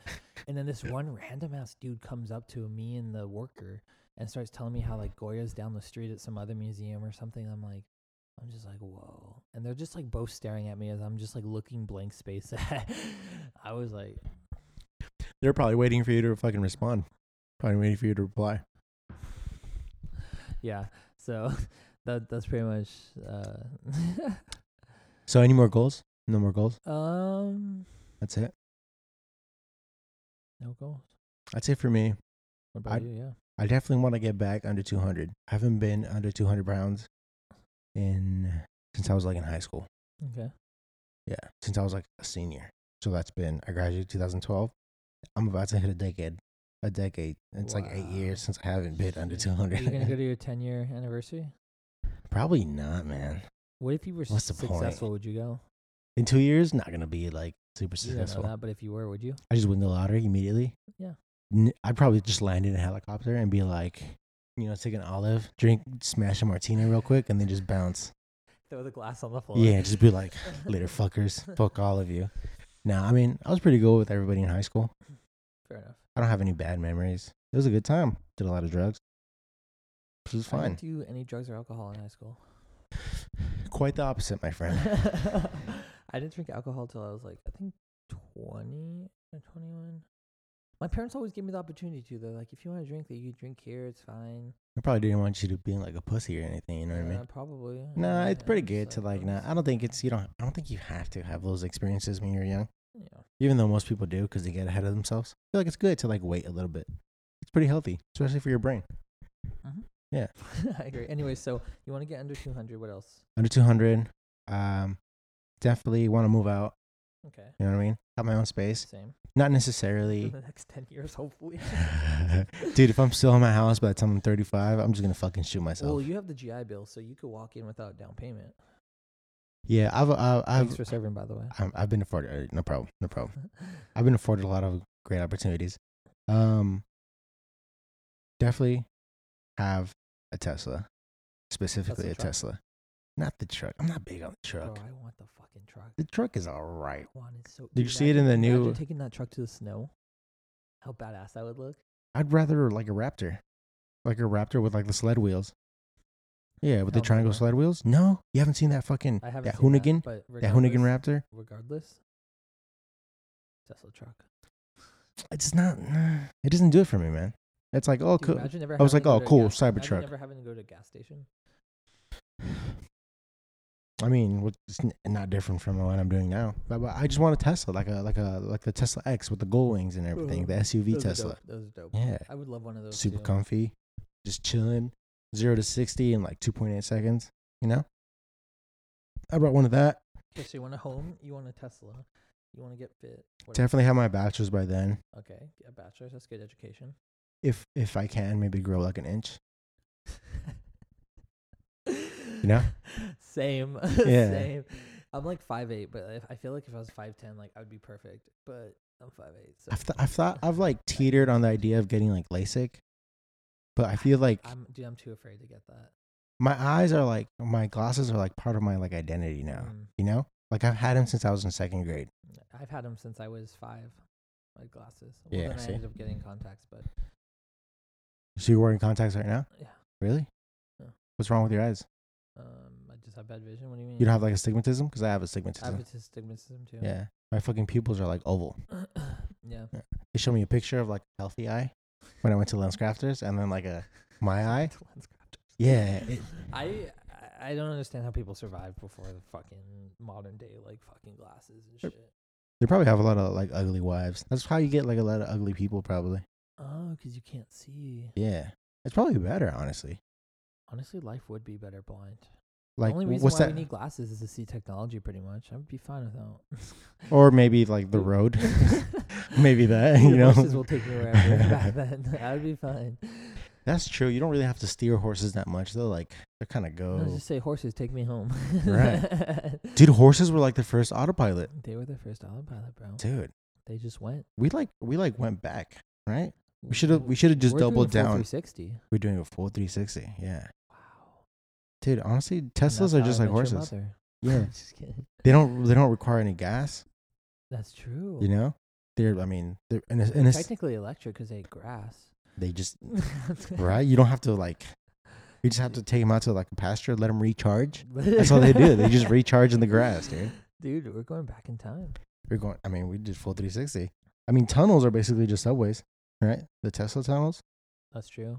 B: and then this one random ass dude comes up to me and the worker and starts telling me how like Goya's down the street at some other museum or something. I'm like. I'm just like, whoa. And they're just like both staring at me as I'm just like looking blank space at. I was like,
C: They're probably waiting for you to fucking respond. Probably waiting for you to reply.
B: yeah. So that that's pretty much uh
C: So, any more goals? No more goals.
B: um
C: That's it.
B: no goals.
C: That's it for me.
B: What about
C: I-
B: you? Yeah.
C: I definitely want to get back under 200. I haven't been under 200 pounds in since I was like in high school.
B: Okay.
C: Yeah, since I was like a senior. So that's been I graduated 2012. I'm about to hit a decade. A decade. It's like eight
B: Wow.
C: years since I haven't been under
B: Shit. Are you gonna go
C: 200.
B: to your ten year anniversary?
C: probably not, man.
B: What if you were
C: What's the point?
B: successful? Would you go?
C: In two years, not gonna be like super
B: You don't know
C: successful.
B: that, but if you were, would you?
C: I just win the lottery immediately.
B: Yeah.
C: N- I'd probably just land in a helicopter and be like, you know, take an olive, drink, smash a martini real quick, and then just bounce.
B: Throw the glass on the floor.
C: Yeah, just be like, later, fuckers, fuck all of you. Now, I mean, I was pretty good with everybody in high school.
B: Fair enough.
C: I don't have any bad memories. It was a good time. Did a lot of drugs. It was
B: I
C: fine.
B: didn't do any drugs or alcohol in high school.
C: Quite the opposite, my friend.
B: I didn't drink alcohol till I was like, I think 20 or 21. My parents always gave me the opportunity to, though. Like, if you want to drink, that you drink here, it's fine.
C: I probably didn't want you to be like a pussy or anything. You know what I
B: Uh,
C: mean?
B: Probably. yeah,
C: No,
B: yeah,
C: it's pretty
B: just
C: good to like.
B: I'm
C: Not,
B: just-
C: I don't think it's you don't. I don't think you have to have those experiences when you're young.
B: Yeah.
C: even though most people do because they get ahead of themselves. I feel like it's good to like wait a little bit. It's pretty healthy, especially for your brain.
B: Mm-hmm. I agree. Anyway, so you want to get under 200. What else?
C: Under 200, um, definitely want to move out.
B: Okay.
C: You know what I mean? Have my own space.
B: Same.
C: Not
B: In
C: necessarily,
B: the next 10 years, hopefully.
C: dude. If I'm still in my house by the time I'm 35, I'm just gonna fucking shoot myself.
B: Well, you have the GI Bill, so you could walk in without down payment.
C: yeah, I've I've
B: Thanks
C: I've,
B: for serving, by the way.
C: I'm- I've been afforded. uh, No problem. No problem. I've been afforded a lot of great opportunities. Um, definitely have a Tesla, specifically a
B: truck?
C: Tesla. Not the truck. I'm not big on the
B: Bro,
C: truck.
B: I want the fucking truck.
C: The truck is all right.
B: I want it so.
C: Did you
B: dude,
C: see it in the
B: imagine- imagine
C: new-
B: Taking that truck to the snow. How badass that would look.
C: I'd rather like a Raptor, like a Raptor with like the sled wheels. Yeah, with
B: Tell
C: the
B: me
C: triangle
B: more.
C: sled wheels. No, you haven't seen that fucking
B: I haven't.
C: that
B: seen
C: Hoonigan,
B: That, but
C: that Hoonigan
B: regardless-
C: Raptor.
B: Regardless, Tesla truck.
C: It's not. It doesn't do it for me, man. It's like oh
B: Dude,
C: cool.
B: imagine never
C: I was
B: having
C: like,
B: to go
C: oh,
B: to a
C: cool,
B: gas- imagine
C: Cybertruck.
B: Never having to go to a gas station.
C: I mean, what- it's n- not different from what I'm doing now. But, but I just want a Tesla, like a like a like the Tesla X with the gold wings and everything,
B: Mhm.
C: the SUV
B: Those are
C: Tesla.
B: dope, Those are dope.
C: Yeah,
B: I would love one of those.
C: super
B: too.
C: comfy, just chilling, zero to sixty in like 2.8 seconds. You know, I brought one of that.
B: Okay, so you want a home? You want a Tesla? You want to get fit. whatever.
C: Definitely have my bachelor's by then.
B: Okay, get a bachelor's. That's good education.
C: If if I can, maybe grow like an inch. know?
B: Same.
C: Yeah.
B: Same. I'm like five eight, but if, I feel like if I was five ten, like I would be perfect. But I'm five eight. So
C: I've th- I've thought I've like teetered on the idea of getting like LASIK, but I feel like
B: I'm dude. I'm too afraid to get that.
C: my eyes are like my glasses are like part of my like identity now.
B: Mm.
C: You know, like I've had them since I was in second grade.
B: I've had them since I was five. My glasses. Well,
C: Yeah,
B: then
C: see?
B: I ended up getting contacts, but
C: So you're wearing contacts right now?
B: yeah.
C: Really?
B: No.
C: What's wrong with your eyes?
B: Um, I just have bad vision. What do you mean?
C: You don't have like astigmatism? Because I have astigmatism.
B: I have astigmatism too.
C: yeah, my fucking pupils are like oval.
B: yeah.
C: They showed me a picture of like a healthy eye when I went to lens crafters, and then like a my eye.
B: Lens crafters.
C: Yeah, it,
B: I I don't understand how people survived before the fucking modern day like fucking glasses and
C: Yep.
B: shit.
C: they probably have a lot of like ugly wives. That's how you get like a lot of ugly people, probably.
B: Oh, because you can't see.
C: Yeah, it's probably better, honestly.
B: Honestly, life would be better blind.
C: Like,
B: the only
C: wh-
B: reason
C: what's
B: why
C: that?
B: we need glasses is to see technology, pretty much. I would be fine without.
C: Or maybe like the road. Maybe that, you know?
B: horses will take me wherever. back then, I would be fine.
C: That's true. You don't really have to steer horses that much. They're like they kind of
B: I'll
C: go.
B: just say horses take me home.
C: Right. Dude, horses were like the first autopilot.
B: They were the first autopilot, bro.
C: Dude,
B: They just went.
C: we like we like went back, right? We should have we should have just
B: We're doing
C: doubled
B: full
C: down.
B: 360.
C: We're doing a full 360. Yeah,
B: Wow.
C: dude. Honestly,
B: And
C: Teslas
B: that's
C: are
B: how
C: just
B: I
C: like
B: Met Your
C: horses.
B: Mother.
C: Yeah,
B: just kidding.
C: they don't they don't require any gas.
B: That's true.
C: You know, they're I mean they're and it's,
B: They're
C: and it's,
B: technically electric because they eat grass.
C: they just right. You don't have to like. You just have to take them out to like a pasture, let them recharge. That's all they do. They just recharge in the grass, dude.
B: Dude, we're going back in time.
C: We're going. I mean, we did full 360. I mean, tunnels are basically just subways, right? The Tesla tunnels.
B: That's true.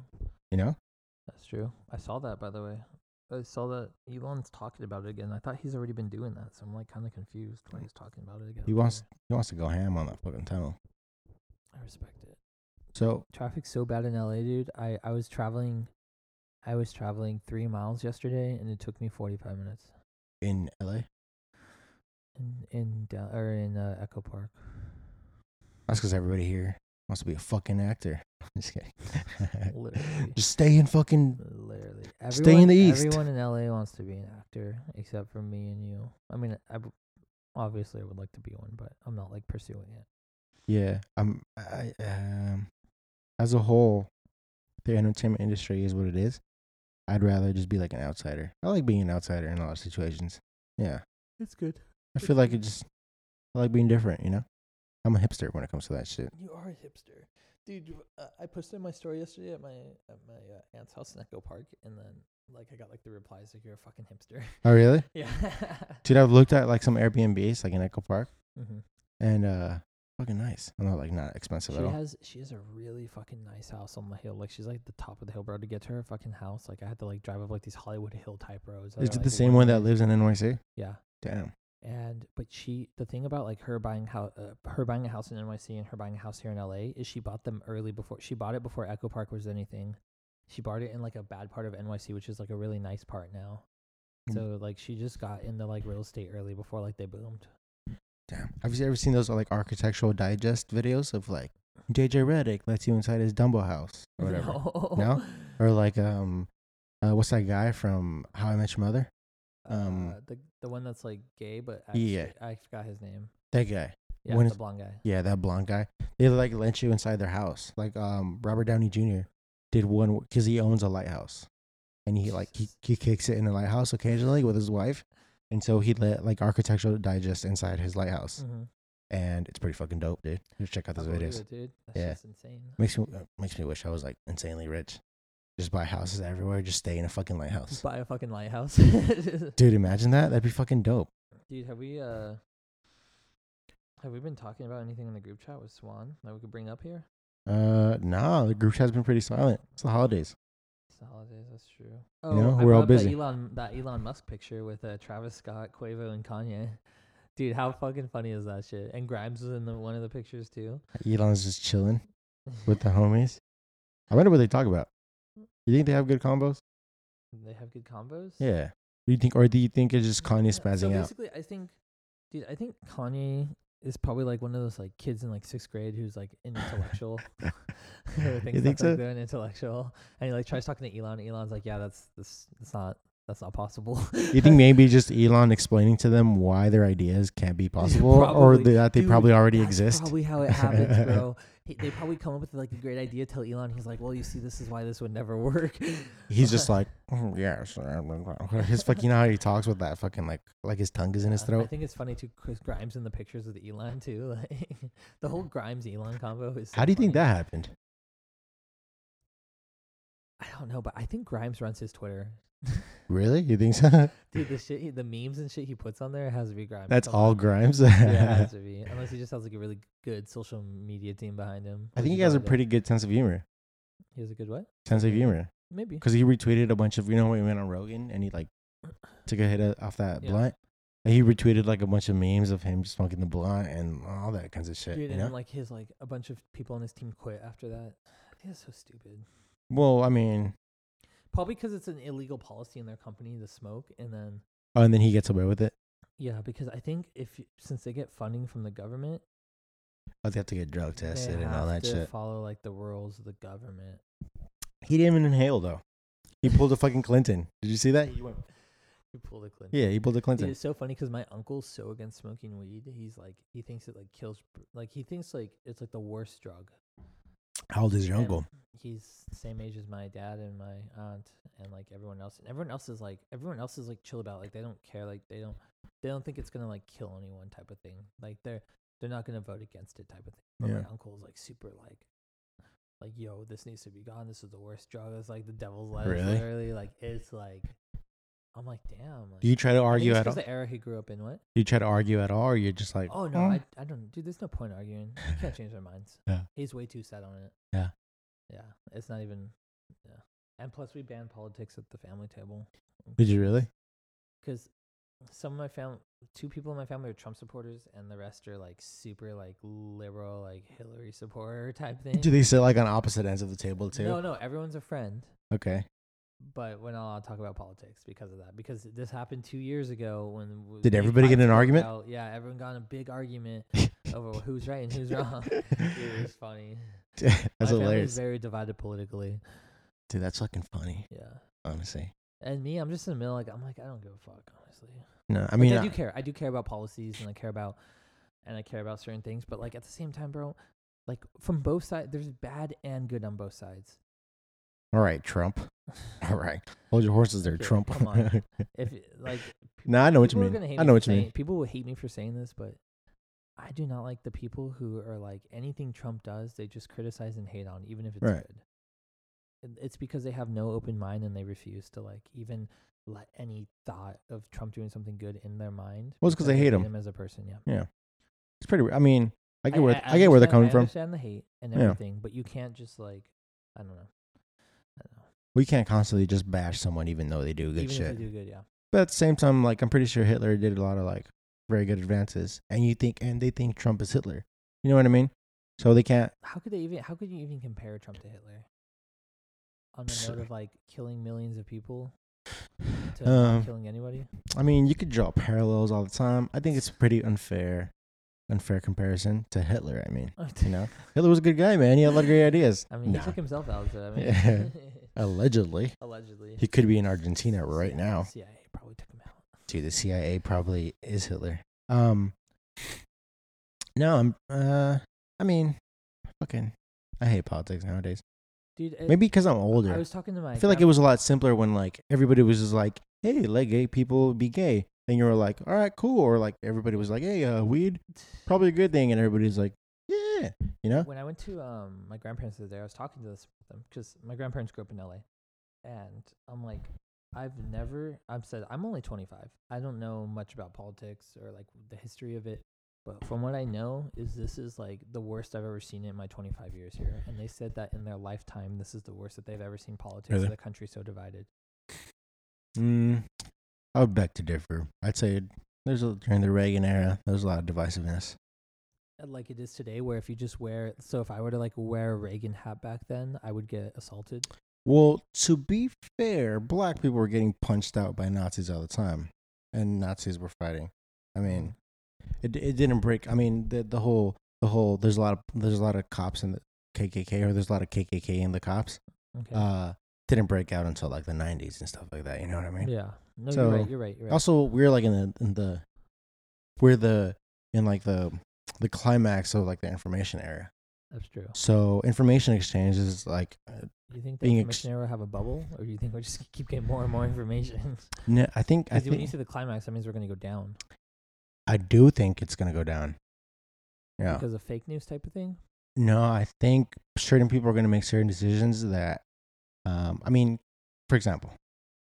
C: You know,
B: That's true. I saw that by the way. I saw that Elon's talking about it again. I thought he's already been doing that, so I'm like kind of confused why he's talking about it again.
C: He wants- he wants to go ham on that fucking tunnel.
B: I respect it.
C: So
B: Traffic's so bad in LA, dude. I I was traveling, I was traveling three miles yesterday, and it took me 45 minutes
C: in LA,
B: in in Dal- or in uh, Echo Park.
C: that's because everybody here wants to be a fucking actor. I'm just kidding.
B: Literally.
C: just stay in fucking.
B: Literally, everyone,
C: Stay in the East.
B: Everyone in LA wants to be an actor, except for me and you. I mean, I w- obviously I would like to be one, but I'm not like pursuing it.
C: Yeah, I'm. I um, as a whole, the entertainment industry is what it is. I'd rather just be like an outsider. I like being an outsider in a lot of situations. Yeah,
B: It's good.
C: I feel like it just. I like being different. You know, I'm a hipster when it comes to that shit.
B: You are a hipster, dude. Uh, I posted my story yesterday at my at my uh, aunt's house in Echo Park, and then like I got like the replies like you're a fucking hipster.
C: Oh really?
B: yeah.
C: Dude, I've looked at like some Airbnbs like in Echo Park
B: mm-hmm.
C: and uh fucking nice. I'm not like not expensive at
B: She
C: all.
B: has she has a really fucking nice house on the hill. Like she's like the top of the hill, bro. To get to her fucking house, like I had to like drive up like these Hollywood Hill type roads. that
C: Is
B: are,
C: it
B: like,
C: the same one that
B: way-
C: lives in NYC?
B: Yeah.
C: Damn.
B: and but she the thing about like her buying how uh, her buying a house in NYC and her buying a house here in LA is she bought them early before she bought it before Echo Park was anything. She bought it in like a bad part of NYC, which is like a really nice part now.
C: Mm.
B: So like she just got into like real estate early before like they boomed.
C: Damn. Have you ever seen those like architectural digest videos of like JJ Reddick lets you inside his Dumbo house or whatever?
B: No.
C: No? Or like um uh, what's that guy from How I Met Your Mother? Um,
B: uh, the the one that's like gay, but actually,
C: Yeah.
B: I forgot his name.
C: That guy.
B: Yeah,
C: When
B: the
C: is-
B: blonde guy.
C: Yeah, that blonde guy. They like let you inside their house. Like um Robert Downey Jr. did one because he owns a lighthouse, and he like he,
B: Jesus.
C: he kicks it in the lighthouse occasionally with his wife, and so he let like Architectural Digest inside his lighthouse,
B: Mm-hmm.
C: and it's pretty fucking dope, dude. Just check out those videos.
B: dude. That's
C: Yeah.
B: just insane.
C: Makes me uh, makes me wish I was like insanely rich. Just buy houses everywhere. Just stay in a fucking lighthouse,
B: Buy a fucking lighthouse,
C: dude. Imagine that. That'd be fucking dope.
B: Dude, have we uh have we been talking about anything in the group chat with Swan that we could bring up here?
C: Uh, nah, the group has been pretty silent. It's the holidays.
B: It's the holidays, that's true.
C: You know, we're
B: brought
C: all
B: up
C: busy.
B: That Elon, that Elon Musk picture with uh, Travis Scott, Quavo, and Kanye. Dude, how fucking funny is that shit? And Grimes was in the, one of the pictures too.
C: Elon's just chilling. with the homies. I wonder what they talk about. You think they have good combos?
B: they have good combos.
C: Yeah. Do you think, or do you think it's just Kanye
B: so
C: spazzing out?
B: basically, I think, dude, I think Kanye is probably like one of those like kids in like sixth grade who's like an intellectual. who thinks
C: You think
B: that's, like
C: so?
B: they're an intellectual, and he like tries talking to Elon. And Elon's like, "Yeah, that's this. That's not. That's not possible."
C: You think maybe just Elon explaining to them why their ideas can't be possible, or
B: Probably.
C: that they
B: Dude,
C: probably already
B: That's
C: exist?
B: Probably how it happens, bro. He, they probably come up with like a great idea. Tell Elon, he's like, "Well, you see, this is why this would never work."
C: He's just like, "Mm, yes. His fucking, you know how he talks with that fucking like, like his tongue is in his
B: Yeah, Uh, I
C: throat.
B: think it's funny too. Chris Grimes in the pictures with Elon too. Like the whole Grimes Elon combo is. so
C: How do you think
B: funny.
C: that happened?
B: I don't know, but I think Grimes runs his Twitter.
C: Really? You think so?
B: Dude, the shit, he, the memes and shit he puts on there it has to be Grimes.
C: That's
B: somehow.
C: all Grimes.
B: Yeah, it has
C: I
B: to be. Unless he just has like a really good social media team behind him.
C: think
B: which
C: he
B: is
C: has a
B: odd, though.
C: pretty good sense of humor.
B: He has a good what?
C: Sense of humor.
B: Maybe.
C: because he retweeted a bunch of you know when he went on Rogan and he like took a hit o- off that
B: Yeah.
C: blunt. And he retweeted like a bunch of memes of him smoking the blunt and all that kinds of shit.
B: Dude,
C: you
B: and
C: know?
B: then, like his like a bunch of people on his team quit after that. I think that's so stupid.
C: well, I mean,
B: Probably because it's an illegal policy in their company to smoke, and then
C: oh, and then he gets away with it.
B: yeah, because I think if you, since they get funding from the government,
C: Oh, they have to get drug
B: they
C: tested and all
B: have
C: that
B: to
C: shit.
B: follow like the rules of the government.
C: He didn't even inhale though. He pulled a fucking Clinton. Did you see that? He went,
B: You pull the Clinton.
C: yeah, he pulled a
B: Dude,
C: Clinton.
B: it's so funny because my uncle's so against smoking weed. He's like, he thinks it like kills, br- like he thinks like it's like the worst drug.
C: How old is your
B: And
C: uncle?
B: He's the same age as my dad and my aunt and like everyone else. And everyone else is like, everyone else is like chill about it. like they don't care, like they don't, they don't think it's gonna like kill anyone type of thing. Like they're they're not gonna vote against it type of thing. But
C: Yeah.
B: my uncle is like super like. Like yo, this needs to be gone. This is the worst drug. It's like the devil's lettuce.
C: Really?
B: Literally, like it's like, I'm like, damn. Like,
C: Do you try to
B: I think
C: argue
B: it's
C: at
B: 'cause
C: all?
B: the era he grew up in. What?
C: Do you try to argue at all, or you're just like,
B: Oh no,
C: "Mm,
B: I, I don't. Dude, there's no point arguing. You can't change their minds.
C: Yeah.
B: he's way too set on it.
C: Yeah.
B: yeah. It's not even. Yeah, and plus we ban politics at the family table
C: did you really?
B: because some of my family, two people in my family are Trump supporters, and the rest are like super like liberal, like Hillary supporter type thing.
C: Do they sit like on opposite ends of the table too?
B: No, no, everyone's a friend.
C: Okay.
B: But we're not allowed to talk about politics because of that. Because this happened two years ago when w-
C: Did
B: big
C: everybody
B: fights
C: get in an
B: broke
C: argument?
B: out. Yeah, everyone got in a big argument over who's right and who's wrong. Dude, it was funny.
C: That's
B: My
C: hilarious.
B: family's very divided politically.
C: Dude, that's fucking funny,
B: Yeah.
C: honestly.
B: And me, I'm just in the middle. Like I'm like I don't give a fuck, honestly.
C: No, I
B: Like,
C: mean, uh,
B: I
C: I-
B: do care. I do care about policies, and I care about, and I care about certain things. But like at the same time, bro, like from both sides, there's bad and good on both sides.
C: all right, Trump. All right, hold your horses there,
B: Okay,
C: Trump.
B: come on. If like,
C: no, I know what you
B: people are
C: mean.
B: gonna hate
C: I
B: me
C: know
B: for
C: what you
B: saying,
C: mean.
B: People will hate me for saying this, but I do not like the people who are like anything Trump does, they just criticize and hate on, even if it's
C: Right.
B: good. And It's because they have no open mind and they refuse to like even let any thought of Trump doing something good in their mind.
C: Well, it's 'cause they hate him.
B: as a person. Yeah,
C: It's pretty. weird. I mean, I get where I, get where they're coming
B: understand- I understand
C: from.
B: the hate and
C: Yeah.
B: everything, but you can't just like I don't know. I don't know.
C: We can't constantly just bash someone, even though they do good
B: Even
C: shit.
B: if they do good, yeah.
C: But at the same time, like I'm pretty sure Hitler did a lot of like very good advances, and you think and they think Trump is Hitler. You know what I mean? So they can't.
B: How could they even? How could you even compare Trump to Hitler? On the note of like killing millions of people to not
C: Um,
B: killing anybody.
C: I mean, you could draw parallels all the time. I think it's pretty unfair, unfair comparison to Hitler. I mean, you know, Hitler was a good guy, man. He had a lot of great ideas.
B: I mean,
C: Nah.
B: he took himself out. So I mean,
C: Yeah. Allegedly,
B: allegedly,
C: he could be in Argentina right now.
B: CIA probably took him out.
C: Dude, the CIA probably is Hitler. Um, no, I'm. Uh, I mean, fucking, I hate politics nowadays.
B: Dude, it-
C: Maybe because I'm
B: I
C: older.
B: was talking to my.
C: I feel like it was a lot simpler when like everybody was just like, "Hey, let gay people be gay," and you were like, "All right, cool," or like everybody was like, "Hey, uh, weed probably a good thing," and everybody's like, "Yeah," you know.
B: when I went to um my grandparents were there, I was talking to this them because my grandparents grew up in LA, and I'm like, I've never I've said I'm only 25. I don't know much about politics or like the history of it, but from what I know is this is like the worst I've ever seen it in my 25 years here. And they said that in their lifetime, this is the worst that they've ever seen politics
C: Really?
B: of the country so divided.
C: Mm, I would beg to differ. I'd say there's a during the Reagan era, there's a lot of divisiveness.
B: And, Like it is today, where if you just wear so if I were to like wear a Reagan hat back then, I would get assaulted.
C: Well, to be fair, black people were getting punched out by Nazis all the time, and Nazis were fighting. I
B: Mm.
C: mean, It it didn't break. I mean, the the whole the whole there's a lot of there's a lot of cops in the KKK or there's a lot of KKK in the cops.
B: Okay.
C: Uh, didn't break out until like the 90s and stuff like that. You know what I mean?
B: yeah. No,
C: so-
B: you're right. You're right. You're right.
C: Also, we're like in the in the we're the in like the the climax of like the information era.
B: That's true.
C: So information exchange is like uh,
B: Do you think the
C: being
B: information
C: ex-
B: era have a bubble, or do you think we just keep getting more and more information?
C: no, I think I
B: Because when you
C: think
B: see the climax, that means we're going to go down
C: I do think it's gonna go down. Yeah.
B: because of fake news type of thing.
C: No, I think certain people are going to make certain decisions that, um, I mean, for example,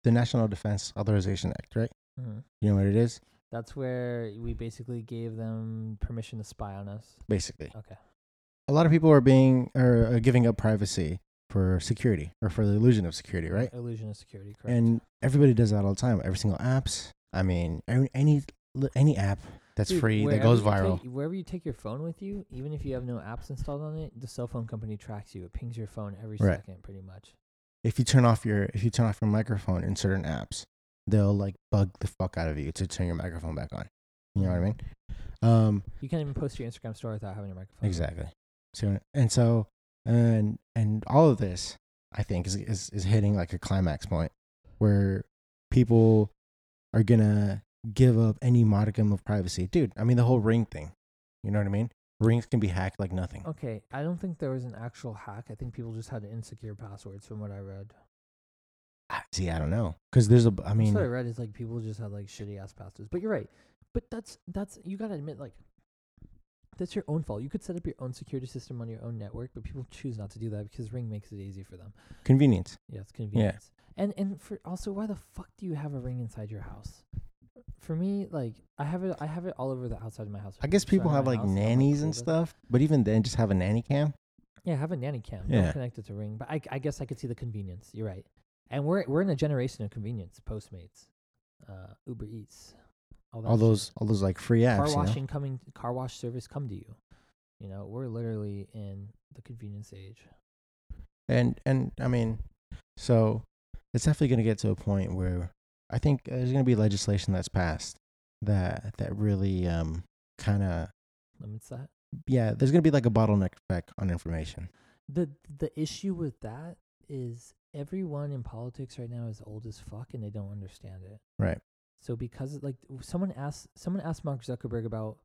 C: the National Defense Authorization Act, right?
B: hmm
C: You know what it is,
B: That's where we basically gave them permission to spy on us.
C: basically.
B: Okay.
C: A lot of people are being are uh, giving up privacy for security or for the illusion of security, right?
B: Illusion of security. Correct.
C: And everybody does that all the time. Every single apps. I mean, any any, any app that's
B: Dude,
C: free that
B: wherever
C: goes
B: you take-
C: viral.
B: wherever you take your phone with you, even if you have no apps installed on it, the cell phone company tracks you. It pings your phone every
C: Right.
B: second, pretty much.
C: If you turn off your if you turn off your microphone in certain apps, they'll like bug the fuck out of you to turn your microphone back on. You know what I mean? Um,
B: You can't even post to your Instagram story without having your microphone. on.
C: Exactly. So and so and and all of this, I think, is is, is hitting like a climax point where people are gonna give up any modicum of privacy. Dude, I mean the whole ring thing. You know what I mean? Rings can be hacked like nothing.
B: Okay, I don't think there was an actual hack. I think people just had insecure passwords, from what I read.
C: I- See, I don't know, because there's a. I mean,
B: That's what I read is like people just had like shitty ass passwords. But you're right. But that's that's you gotta admit like that's your own fault. You could set up your own security system on your own network, but people choose not to do that because Ring makes it easy for them.
C: convenience.
B: Yeah, it's convenience. And and for also, why the fuck do you have a ring inside your house? For me, like I have it, I have it all over the outside of my house.
C: I guess
B: So
C: people
B: in
C: have
B: my
C: like
B: house, I'm,
C: nannies
B: cool
C: and
B: with-
C: stuff, but even then, just have a nanny cam.
B: Yeah, I have a nanny cam.
C: Yeah.
B: Don't connect it to Ring, but I, I guess I could see the convenience. You're right. And we're we're in a generation of convenience. Postmates, uh, Uber Eats, that
C: All
B: shit.
C: those, all those like free apps.
B: car
C: you know?
B: washing coming, car wash service come to you. You know, we're literally in the convenience age.
C: and and I mean, so it's definitely going to get to a point where I think uh, there's going to be legislation that's passed that that really um kind of
B: Limits that.
C: yeah, there's going to be like a bottleneck effect on information.
B: the the issue with that is everyone in politics right now is old as fuck and they don't understand it.
C: Right.
B: So because like w- someone asked someone asked Mark Zuckerberg about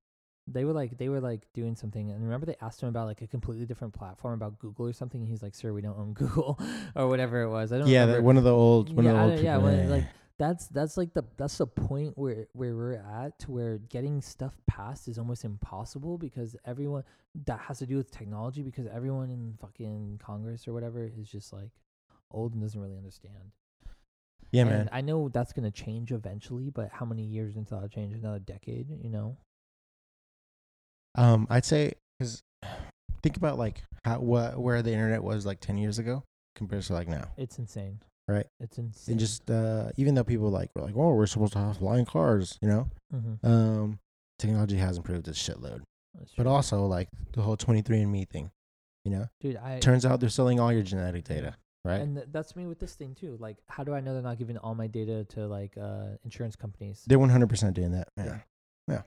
B: they were like they were like doing something and remember they asked him about like a completely different platform about Google or something and he's like sir we don't own Google or whatever it was I don't
C: Yeah,
B: remember
C: that, one of the old one
B: yeah,
C: of the
B: I
C: old
B: don't- yeah,
C: people,
B: when it, like that's that's like the that's the point where where we're at to where getting stuff passed is almost impossible because everyone that has to do with technology because everyone in fucking Congress or whatever is just like old and doesn't really understand.
C: yeah,
B: and
C: man.
B: I know that's gonna change eventually, but how many years until that change? Another decade, you know?
C: Um, I'd say because think about like how what where the internet was like ten years ago compared to like now.
B: It's insane.
C: Right.
B: It's insane.
C: And just uh, even though people like were like, oh, we're supposed to have flying cars, you know,
B: mm-hmm.
C: um, technology has improved a shitload. but also like the whole 23andme thing you know
B: dude, I
C: turns out they're selling all your genetic data right
B: and th- that's me with this thing too. Like, how do I know they're not giving all my data to like uh insurance companies?
C: they're 100% doing that yeah,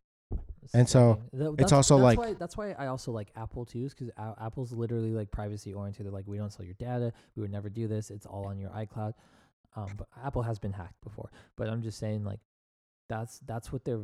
B: It's
C: And
B: the
C: so,
B: same thing. Tha-
C: it's
B: that's-
C: also
B: that's
C: like-
B: why, that's why I also like Apple too, is because Apple's literally like privacy oriented. They're like, we don't sell your data. We would never do this. It's all on your iCloud. Um, but Apple has been hacked before. But I'm just saying, like, that's that's what their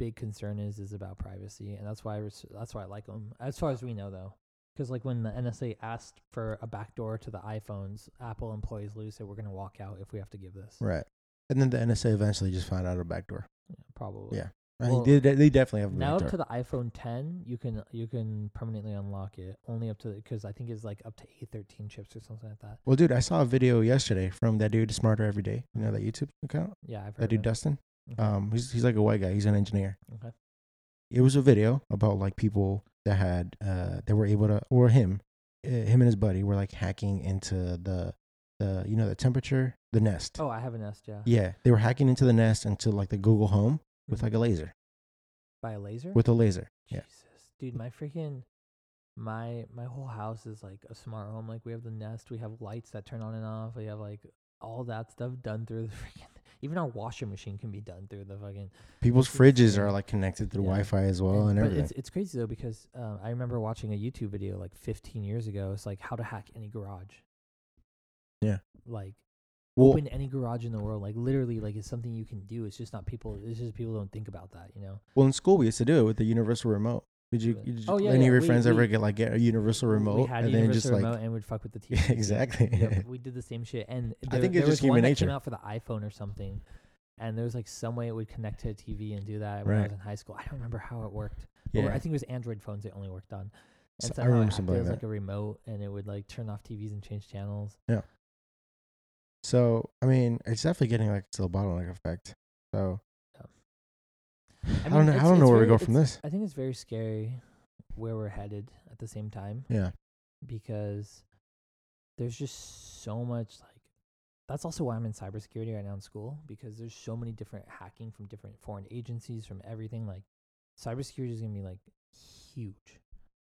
B: big concern is is about privacy, and that's why I res- that's why I like them. As far as we know, though, because like when the NSA asked for a backdoor to the iPhones, Apple employees literally said, "We're gonna walk out if we have to give this."
C: right and then the nsa eventually just found out a backdoor
B: Yeah, probably.
C: Yeah. I
B: Well,
C: think they, they definitely have a
B: Now up
C: backdoor
B: to the iPhone 10, you can you can permanently unlock it. Only up to because I think it's like up to A13 chips or something like that.
C: well dude i saw a video yesterday from that dude smarter every day you know that youtube account
B: Yeah, I've heard.
C: that dude
B: of it.
C: dustin
B: Okay.
C: um he's, he's like a white guy he's an engineer
B: Okay.
C: it was a video about like people that had uh that were able to or him uh, him and his buddy were like hacking into the the you know the temperature the nest
B: Oh, I have a Nest. Yeah.
C: Yeah, they were hacking into the Nest into like the Google Home with
B: Mhm.
C: like a laser,
B: by a laser.
C: with a laser. Yeah,
B: Jesus, dude, my freaking my my whole house is like a smart home. Like we have the Nest, we have lights that turn on and off. We have like all that stuff done through the freaking. Even our washing machine can be done through the fucking.
C: People's
B: This is-
C: fridges are like connected through
B: Yeah.
C: Wi-Fi as well and,
B: but
C: everything.
B: it's it's crazy though because um, I remember watching a YouTube video like 15 years ago. It's like how to hack any garage.
C: Yeah.
B: Like
C: well,
B: open any garage in the world. Like literally, like it's something you can do. It's just not people. It's just people don't think about that. You know.
C: well, in school we used to do it with the universal remote. Did you?
B: Really?
C: you did
B: Oh,
C: you-
B: yeah,
C: any
B: yeah,
C: of your
B: we-
C: friends ever
B: we-
C: get like get a universal
B: We-
C: remote
B: We had
C: and
B: a
C: then
B: universal
C: just
B: remote
C: like
B: and would fuck with the
C: Yeah,
B: TV. too.
C: exactly.
B: Yep, we did the same shit. And there-
C: think it's
B: there was
C: just human
B: one that Came
C: nature.
B: out for the iPhone or something, and there was like some way it would connect to a TV and do that. When I
C: Right.
B: was in high school, I don't remember how it worked.
C: yeah.
B: Or I think it was Android phones it only worked on.
C: So-
B: And
C: I
B: somehow
C: remember
B: it
C: something
B: acted
C: like
B: as like a remote, and it would like turn off TVs and change channels.
C: so I mean, it's definitely getting like to the bottleneck effect. So
B: Yeah.
C: I,
B: mean,
C: don't know. I
B: it's-
C: don't know
B: it's
C: where we
B: very-
C: go from this.
B: I think it's very scary where we're headed at the same time.
C: Yeah.
B: because there's just so much like that's also why I'm in cybersecurity right now in school because there's so many different hacking from different foreign agencies from everything like cybersecurity is going to be like huge.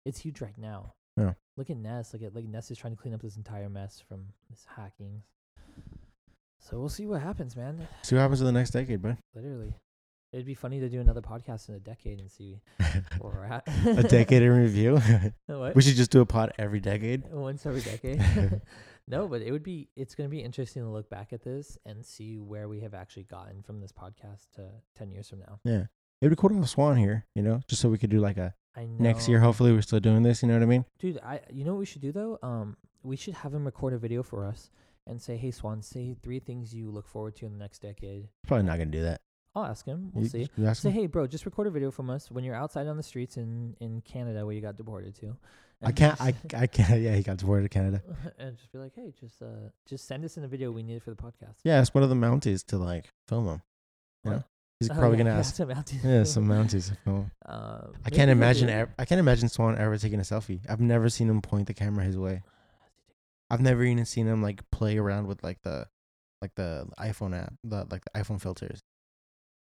B: It's huge right now.
C: Yeah.
B: Look at Ness, look at like Ness is trying to clean up this entire mess from this hacking. So we'll see what happens, man.
C: See what happens in the next decade, bud.
B: Literally. It'd be funny to do another podcast in a decade and see where we're at.
C: a decade in review.
B: what?
C: we should just do a pod every decade.
B: once every decade. no, but it would be it's going to be interesting to look back at this and see where we have actually gotten from this podcast to 10 years from now.
C: Yeah. It'd be cool to have Swan here, you know, just so we could do like a
B: I know.
C: next year. Hopefully, we're still doing this. You know what I mean?
B: Dude, I you know what we should do though? Um we should have him record a video for us and say, "Hey Swan, say three things you look forward to in the next decade."
C: Probably not gonna do that.
B: I'll ask him. We'll
C: You-
B: see.
C: you ask
B: Say,
C: him?
B: "Hey bro, just record a video from us when you're outside on the streets in in Canada where you got deported to."
C: I can't. I, I can't. Yeah, he got deported to Canada.
B: and just be like, "Hey, just uh just send us in a video we need it for the podcast."
C: Yeah, ask one of the Mounties to like film him. You know?
B: What?
C: He's
B: Oh,
C: probably
B: yeah,
C: gonna
B: yeah,
C: ask.
B: some Mounties.
C: Yeah, some uh, Mounties to film. him.
B: Um,
C: I can't
B: maybe we'll
C: imagine.
B: do-
C: Ever, I can't imagine Swan ever taking a selfie. I've never seen him point the camera his way. I've never even seen him like play around with like the, like the iPhone app, the like the iPhone filters,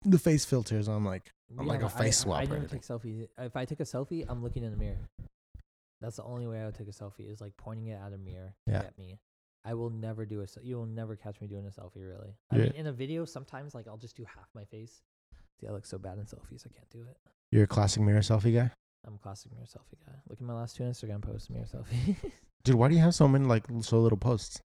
C: the face filters on like I'm like
B: Yeah,
C: a
B: but
C: face
B: I,
C: swap
B: I,
C: or
B: I never
C: anything.
B: take selfies. If I take a selfie, I'm looking in the mirror. That's the only way I would take a selfie is like pointing it at a mirror
C: Yeah.
B: at me. I will never do a. se- You will never catch me doing a selfie. Really. I
C: Yeah.
B: mean, in a video, sometimes like I'll just do half my face. See, I look so bad in selfies. I can't do it.
C: You're a classic mirror selfie guy,
B: I'm a classic mirror selfie guy. Look at my last two Instagram posts, mirror selfie.
C: dude. Why do you have so many like l- so little posts?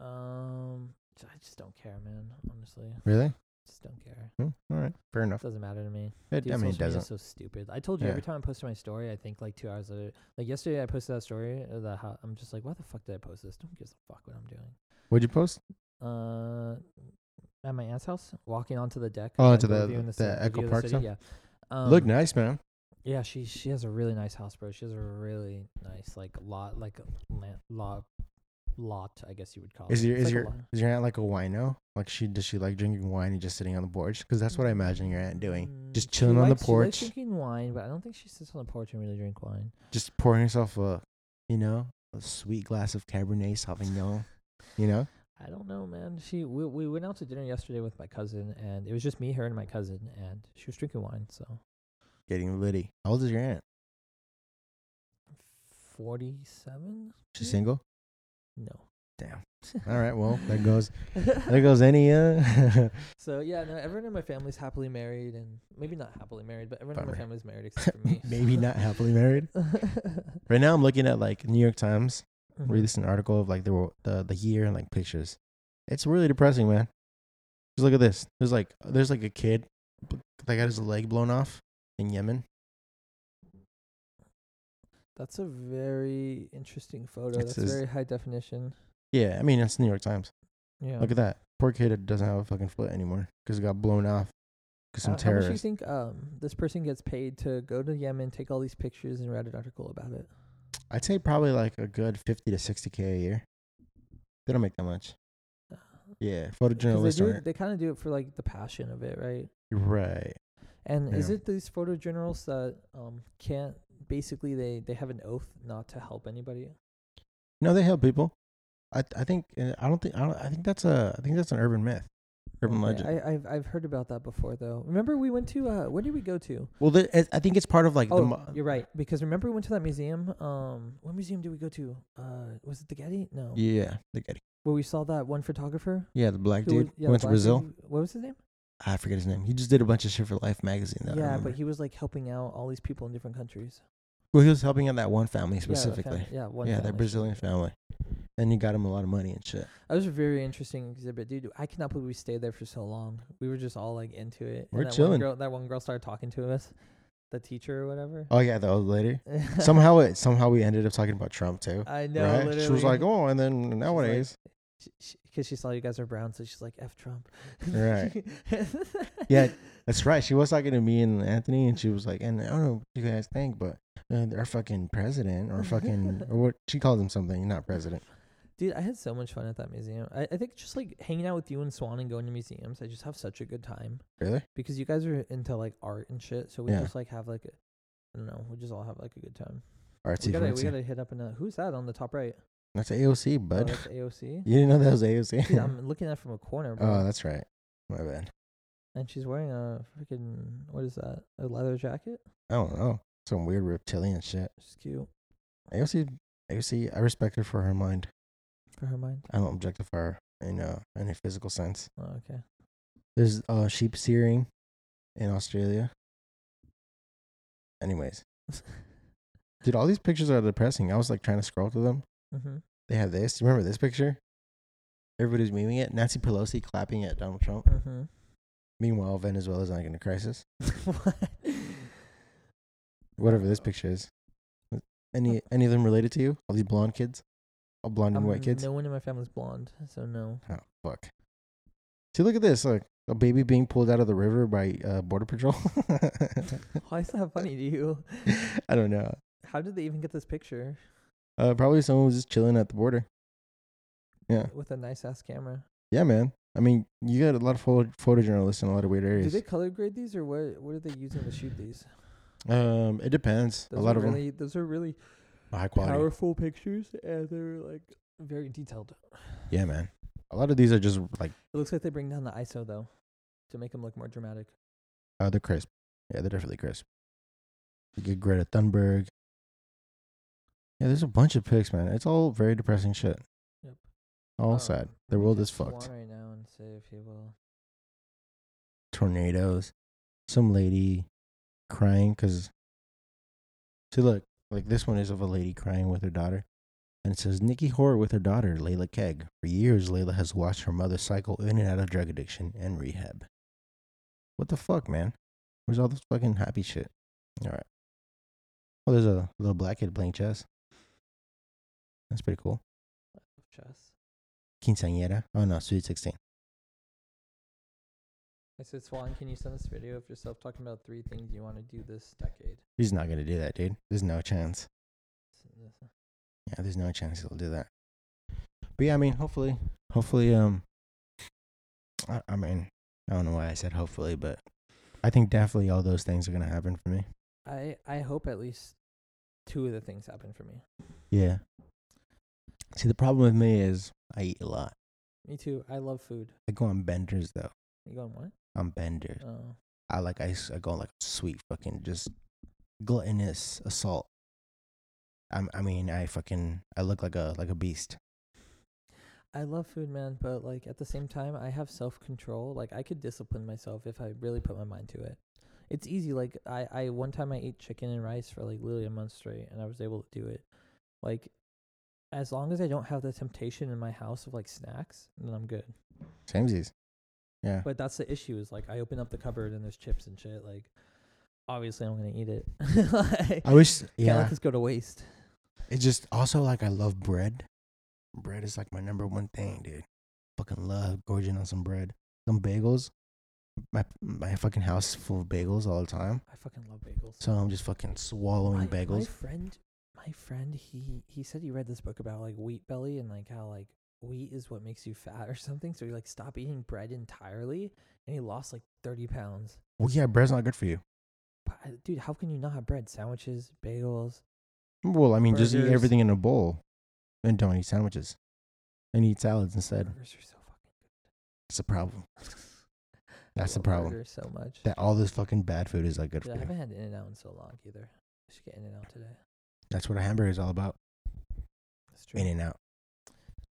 B: um, j- I just don't care, man. Honestly,
C: Really?
B: just don't care.
C: Hmm, all right, fair enough.
B: Doesn't matter to me.
C: It,
B: Dude,
C: I mean,
B: social
C: it
B: media
C: doesn't.
B: is so stupid. I told you
C: Yeah.
B: every time I posted my story, I think like two hours later. Like yesterday, I posted that story. uh, The how, I'm just like, why the fuck did I post this? Don't give a fuck what I'm doing.
C: What'd you post?
B: Uh, at my aunt's house, walking onto the deck.
C: Oh,
B: like,
C: onto the-
B: reviewing
C: the
B: ci-
C: Echo
B: view of
C: Park
B: city,
C: stuff?
B: Yeah. Um,
C: Look nice, man.
B: Yeah, she she has a really nice house, bro. She has a really nice like lot, like a land, lot, lot. I guess you would call
C: Is
B: it.
C: your
B: It's
C: is
B: like a
C: your
B: lot.
C: is your aunt like a wino? Like she does she like drinking wine and just sitting on the porch? Because that's what I imagine your aunt doing. Just
B: Mm, she
C: chilling on the
B: likes- she likes
C: porch.
B: drinking wine, but I don't think she sits on the porch and really drink wine.
C: Just pouring herself a, you know, a sweet glass of Cabernet Sauvignon. You know,
B: I don't know, man. She we we went out to dinner yesterday with my cousin, and it was just me, her, and my cousin, and she was drinking wine. So
C: getting litty. How old is your aunt?
B: forty seven?
C: She's
B: Yeah.
C: single.
B: No.
C: Damn. All right. Well, there goes there goes any. Uh,
B: so yeah, no. Everyone in my family's happily married, and maybe not happily married, but everyone in
C: Bummer.
B: my family's married except for me.
C: maybe not happily married. Right now, I'm looking at like New York Times
B: Mm-hmm.
C: released an article of like the wo- the the year and like pictures. It's really depressing, man. Just look at this. There's like there's like a kid b- that got his leg blown off in Yemen.
B: That's a very interesting photo.
C: It's-
B: That's
C: it's-
B: very high definition.
C: Yeah, I mean it's New York Times.
B: Yeah.
C: Look at that. Poor kid that doesn't have a fucking foot anymore because it got blown off because some
B: How- how much do you
C: terrorists.
B: think um, this person gets paid to go to Yemen, take all these pictures, and write an article about it?
C: I'd say probably like a good fifty to sixty k a year. They don't make that much. Yeah,
B: 'Cause
C: photojournalists
B: Uh, they, do
C: aren't
B: it, they kind of do it for like the passion of it, right?
C: right.
B: And is
C: Yeah.
B: it these photojournalists that um can't basically they they have an oath not to help anybody?
C: No, they help people. I I think I don't think I don't I think that's a I think that's an urban myth. Urban
B: Okay,
C: legend.
B: I, uh I've I've heard about that before though. Remember we went to uh where did we go to?
C: well, the, I- I think it's part of like the.
B: Oh,
C: Mo-
B: you're right. Because remember we went to that museum. Um, what museum did we go to? Uh, was it the Getty? No.
C: yeah, the guy.
B: Where we saw that one photographer.
C: Yeah, the black
B: who was-
C: dude
B: yeah,
C: who
B: the
C: went to
B: black dude
C: Brazil.
B: who- What was his name?
C: I forget his name. He just did a bunch of shit for Life magazine. Though, I
B: yeah,
C: remember.
B: but he was like helping out all these people in different countries.
C: well, he was helping out that one family
B: Yeah, that fam-
C: specifically.
B: Yeah, one.
C: Yeah,
B: family.
C: that Brazilian family. And he got him a lot of money and shit.
B: That was a very interesting exhibit, dude. I cannot believe we stayed there for so long. We were just all like into it.
C: We're
B: and that One
C: chilling.
B: girl, that one girl started talking to us, the teacher or whatever.
C: Oh yeah, the old lady. Oh, somehow it somehow we ended up talking about Trump too.
B: I know.
C: right?
B: Literally.
C: She was like, oh, and then nowadays,
B: because she saw you guys are brown, so she's like, "F Trump."
C: Right. Yeah. that's right. She was talking to me and Anthony, and she was like, and I don't know what you guys think, but uh, our fucking president or fucking or what she called him something, not president.
B: Dude, I had so much fun at that museum. I, I think just like hanging out with you and Swan and going to museums, I just have such a good time
C: Really?
B: because you guys are into like art and shit. So we
C: Yeah.
B: just like have like, a, I don't know, we just all have like a good time.
C: Artsy
B: we gotta, we
C: fancy.
B: gotta hit up another. Who's that on the top right?
C: That's AOC,
B: Oh,
C: bud.
B: that's AOC.
C: you didn't know that was
B: Dude,
C: AOC.
B: I'm looking at it from a corner, bro.
C: oh, that's right. My bad.
B: and she's wearing a freaking what is that? A leather jacket.
C: I don't know. Some weird reptilian shit.
B: She's cute
C: AOC, AOC, I respect her for her mind.
B: for her mind.
C: I don't objectify her in uh in a physical sense.
B: Oh, okay.
C: There's uh sheep searing in Australia. Anyways, dude, all these pictures are depressing. I was like trying to scroll through them.
B: mm-hmm.
C: They have this. Remember this picture? Everybody's memeing it. Nancy Pelosi clapping at Donald Trump.
B: Mm-hmm.
C: Meanwhile, Venezuela's like in a crisis.
B: what?
C: Whatever this picture is. Any any of them related to you? All these blonde kids, all blonde and
B: Um,
C: white kids.
B: No one in my family's blonde, so no.
C: Oh fuck! See, look at this. Like a baby being pulled out of the river by uh, border patrol.
B: Why is that funny to you?
C: I don't know.
B: How did they even get this picture
C: Uh, probably someone was just chilling at the border. Yeah.
B: with a nice ass camera?
C: Yeah, man. I mean, you got a lot of photo- photojournalists in a lot of weird
B: Do
C: areas.
B: they color grade these, or what? What are they using to shoot these?
C: Um, it depends.
B: Those
C: a lot
B: are
C: of
B: really, those are really
C: them high quality.
B: powerful pictures, and they're like very detailed.
C: Yeah, man. A lot of these are just like
B: It looks like they bring down the ISO though, to make them look more dramatic.
C: uh, they're crisp. Yeah, they're definitely crisp. You get Greta Thunberg. Yeah, there's a bunch of pics, man. It's all very depressing shit.
B: Yep.
C: All
B: Um,
C: sad.
B: let
C: The
B: me
C: world is
B: text
C: fucked.
B: Juan right now and see if he will.
C: tornadoes. Some lady crying because. See, look, like this one is of a lady crying with her daughter. And it says, Nikki Hoare with her daughter, Layla Keg. For years, Layla has watched her mother cycle in and out of drug addiction and rehab. What the fuck, man? Where's all this fucking happy shit? All right. Well, there's a little black kid playing chess. That's pretty cool.
B: Chess.
C: Quinceañera. Oh, no, Sweet 16.
B: I said, Swan, can you send us a video of yourself talking about three things you want to do this decade?
C: He's not going to do that, dude. There's no chance.
B: S- s-
C: Yeah, there's no chance he'll do that. But yeah, I mean, hopefully, hopefully, um, I, I mean, I don't know why I said hopefully, but I think definitely all those things are gonna happen for me.
B: I I hope at least two of the things happen for me.
C: Yeah. See, the problem with me is I eat a lot.
B: Me too. I love food.
C: I go on benders though.
B: You going what?
C: I'm benders.
B: Oh,
C: I like I, s- I go on, like sweet fucking just gluttonous assault. I'm, I mean, I fucking I look like a like a beast.
B: I love food, man. But like at the same time, I have self control. Like I could discipline myself if I really put my mind to it. It's easy. Like I I one time I ate chicken and rice for like literally a month straight, and I was able to do it. Like as long as I don't have the temptation in my house of like snacks, then I'm good.
C: Samesies. Yeah.
B: But that's the issue. Is like I open up the cupboard and there's chips and shit. Like obviously I'm gonna eat it. like,
C: I wish.
B: Can't
C: Yeah.
B: let this go to waste.
C: It's just also like I love bread. Bread is like my number one thing, dude. Fucking love gorging on some bread. Some bagels. My my fucking house is full of bagels all the time.
B: I fucking love bagels.
C: So I'm just fucking swallowing
B: my, My
C: bagels.
B: friend, my friend, he he said he read this book about like wheat belly and like how like wheat is what makes you fat or something. So he like stopped eating bread entirely, and he lost like thirty pounds.
C: Well, yeah, bread's not good for you.
B: But I- dude, how can you not have bread? Sandwiches, bagels.
C: Well, I mean, just
B: Burgers.
C: eat everything in a bowl, and don't eat sandwiches, and eat salads instead.
B: Burgers are so fucking good.
C: That's the problem. That's
B: I
C: the
B: love
C: problem.
B: burgers so much.
C: That all this fucking bad food is like good
B: Dude, I
C: for you.
B: haven't had In and Out in so long either. I should get In and Out today.
C: That's what a hamburger is all about.
B: That's true.
C: In and out.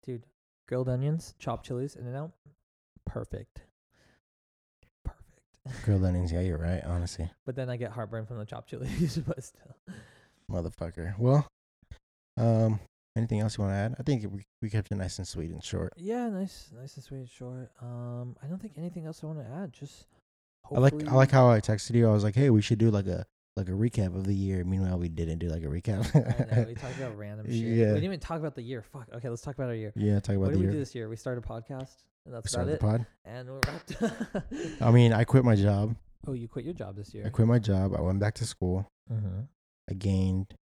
B: Dude, grilled onions, chopped chilies, In and Out. Perfect. Perfect.
C: Grilled onions. Yeah, you're right. Honestly,
B: but then I get heartburn from the chopped chilies, but still.
C: motherfucker. Well, um, anything else you want to add? I think we we kept it nice and sweet and short.
B: Yeah, nice, nice and sweet and short. Um, I don't think anything else I want to add. Just
C: I like I
B: hopefully-
C: like how I texted you. I was like, hey, we should do like a like a recap of the year. Meanwhile, we didn't do like a recap.
B: I know, we talked about random shit. We
C: Yeah.
B: didn't even talk about the year. Fuck. Okay, let's talk about our year.
C: yeah, talk about
B: what
C: the
B: did we
C: year.
B: do this year? We started a podcast, and that's about
C: Start the
B: it.
C: pod.
B: and we're wrapped. up.
C: I mean, I quit my job.
B: oh, you quit your job this year.
C: I quit my job. I went back to school.
B: Mm-hmm.
C: I gained.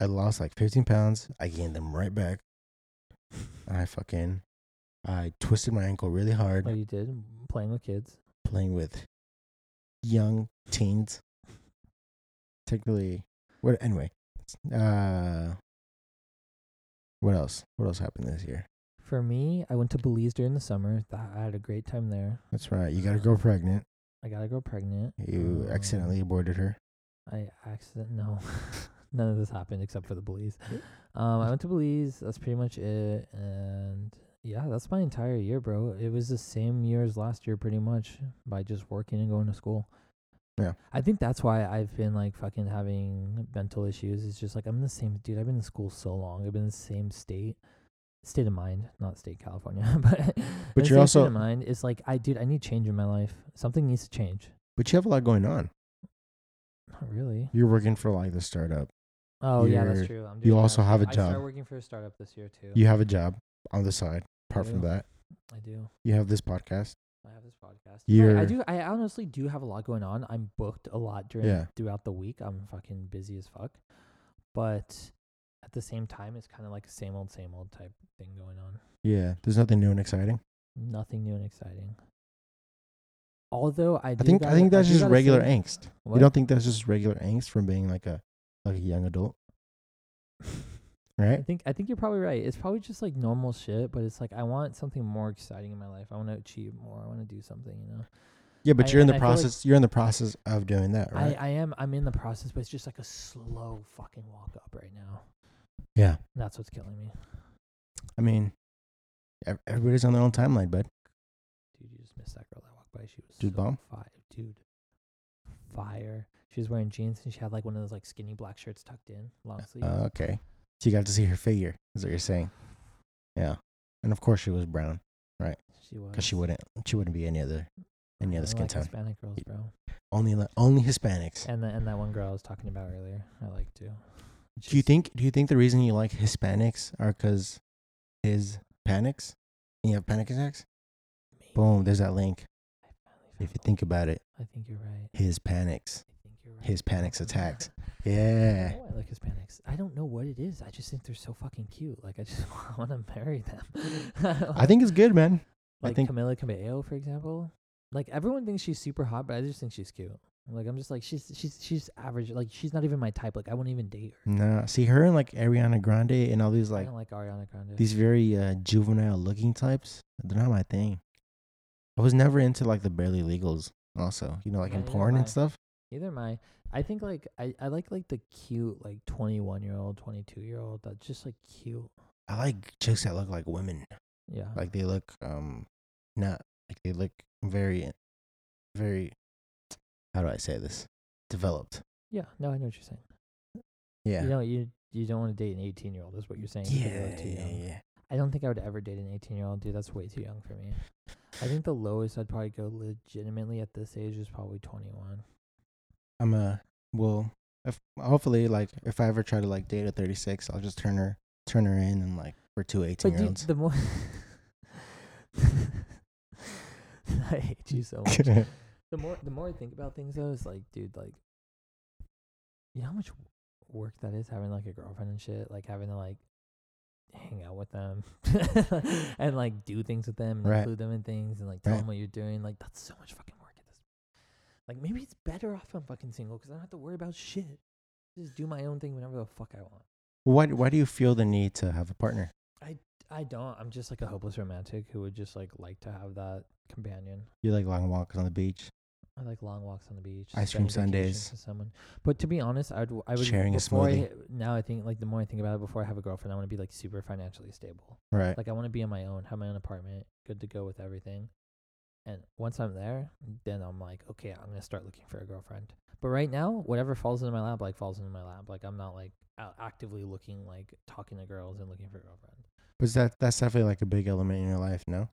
C: I lost like 15 pounds. I gained them right back. I fucking. I twisted my ankle really hard
B: Oh, you did playing with kids.
C: playing with young teens. Technically, what? Anyway, uh, what else? What else happened this year?
B: For me, I went to Belize during the summer. Th- I had a great time there.
C: That's right. You got a girl pregnant.
B: I got a girl pregnant.
C: You
B: Um,
C: accidentally aborted her.
B: I accident no. None of this happened except for the Belize. Um, I went to Belize. That's pretty much it. And yeah, that's my entire year, bro. It was the same year as last year, pretty much, by just working and going to school.
C: Yeah.
B: I think that's why I've been like fucking having mental issues. It's just like I'm in the same dude. I've been in school so long. I've been in the same state, state of mind, not state California, but
C: But
B: the same
C: you're
B: state
C: also-
B: of mind. It's like I, dude, I need change in my life. Something needs to change.
C: But you have a lot going on.
B: Not really.
C: You're working for like the startup.
B: Oh yeah, that's
C: You're-
B: true. I'm
C: you
B: doing
C: also
B: that.
C: have a
B: I
C: job.
B: started working for a startup this year too.
C: You have a job on the side. Apart from
B: Yeah.
C: that,
B: I do.
C: you have this podcast.
B: I have this podcast. I, I
C: You're-
B: do. I honestly do have a lot going on. I'm booked a lot during
C: Yeah.
B: throughout the week. I'm fucking busy as fuck. But at the same time, it's kind of like a same old, same old type thing going on.
C: Yeah, there's nothing new and exciting.
B: Nothing new and exciting. Although I,
C: I
B: do
C: think I
B: gotta-
C: think that's
B: do
C: just
B: gotta
C: regular
B: say-
C: angst.
B: What?
C: You don't think that's just regular angst from being like a like a young adult,
B: I
C: right?
B: think I think you're probably right. It's probably just like normal shit, but it's like I want something more exciting in my life. I want to achieve more. I want to do something, you know.
C: Yeah, but
B: I-
C: you're in the
B: and I feel like-
C: process. you're in the process of doing that, right?
B: I, I am. I'm in the process, but it's just like a slow fucking walk up right now.
C: yeah.
B: And That's what's killing me.
C: I mean, ev- everybody's on their own timeline, bud.
B: Dude, you just missed that girl that walked by. She was
C: Dude
B: so
C: bomb?
B: fire. Dude, fire. She was wearing jeans and she had like one of those like skinny black shirts tucked in, long sleeves.
C: Uh, okay. So you got to see her figure. Is what you're saying? Yeah. And of course she was brown
B: she was.
C: because she wouldn't. She wouldn't be any other any
B: I
C: other skin
B: like
C: tone.
B: Hispanic girls, bro.
C: Only li- only Hispanics.
B: And the, and that one girl I was talking about earlier, I like too.
C: Do you think Do you think the reason you like Hispanics are because his panics? And you have panic attacks. Boom. There's that link. If you think about it,
B: I think you're right.
C: his panics.
B: I think you're right.
C: Hispanics attacks. Yeah.
B: Oh, I like Hispanics. I don't know what it is. I just think they're so fucking cute. Like I just want to marry them.
C: I think it's good, man. I
B: like
C: think-
B: Camila Cabello, for example. Like everyone thinks she's super hot, but I just think she's cute. Like I'm just like she's she's she's average. Like she's not even my type. Like I wouldn't even date her.
C: Nah, see her and like Ariana Grande and all these
B: I
C: like
B: don't like Ariana Grande.
C: these very uh, juvenile looking types. They're not my thing. I was never into like the barely legals. Also, you know, like
B: Yeah,
C: in
B: neither am
C: porn
B: I.
C: and stuff.
B: Neither am I. I think like I, I like like the cute like 21 year old, 22 year old. That's just like cute.
C: I like chicks that look like women.
B: Yeah.
C: Like they look um, not like they look very, very. How do I say this? Developed.
B: yeah. No, I know what you're saying.
C: Yeah.
B: You know you you don't want to date an 18 year old is what you're saying. 'cause
C: yeah,
B: they look too
C: yeah,
B: young.
C: yeah.
B: I don't think I would ever date an 18 year old dude. That's way too young for me. I think the lowest I'd probably go legitimately at this age is probably 21.
C: I'm a well. If hopefully, like, if I ever try to like date a 36, I'll just turn her turn her in and like for two 18
B: But dude,
C: year olds.
B: the more. I hate you so much. The more the more I think about things though, it's like, dude, like, you know how much work that is having like a girlfriend and shit, like having to like hang out with them and like do things with them and
C: Right.
B: include them in things and like tell
C: Right.
B: them what you're doing. Like that's so much fucking work at this. Like maybe it's better off I'm fucking single because I don't have to worry about shit. Just do my own thing whenever the fuck I want.
C: why why do you feel the need to have a partner?
B: I I don't. I'm just like a hopeless romantic who would just like like to have that companion.
C: You like long walks on the beach,
B: I like long walks on the beach.
C: Ice cream
B: spending vacations
C: sundaes.
B: with someone. But to be honest, I'd w- I would
C: Sharing a
B: before I
C: smoothie.
B: ha- now I think like the more I think about it, before I have a girlfriend, I want to be like super financially stable.
C: right?
B: Like I want to be on my own, have my own apartment, good to go with everything. And once I'm there, then I'm like, okay, I'm gonna start looking for a girlfriend. But right now, whatever falls into my lap, like falls into my lap. Like I'm not like out actively looking, like talking to girls and looking for a girlfriend.
C: But that that's definitely like a big element in your life, no?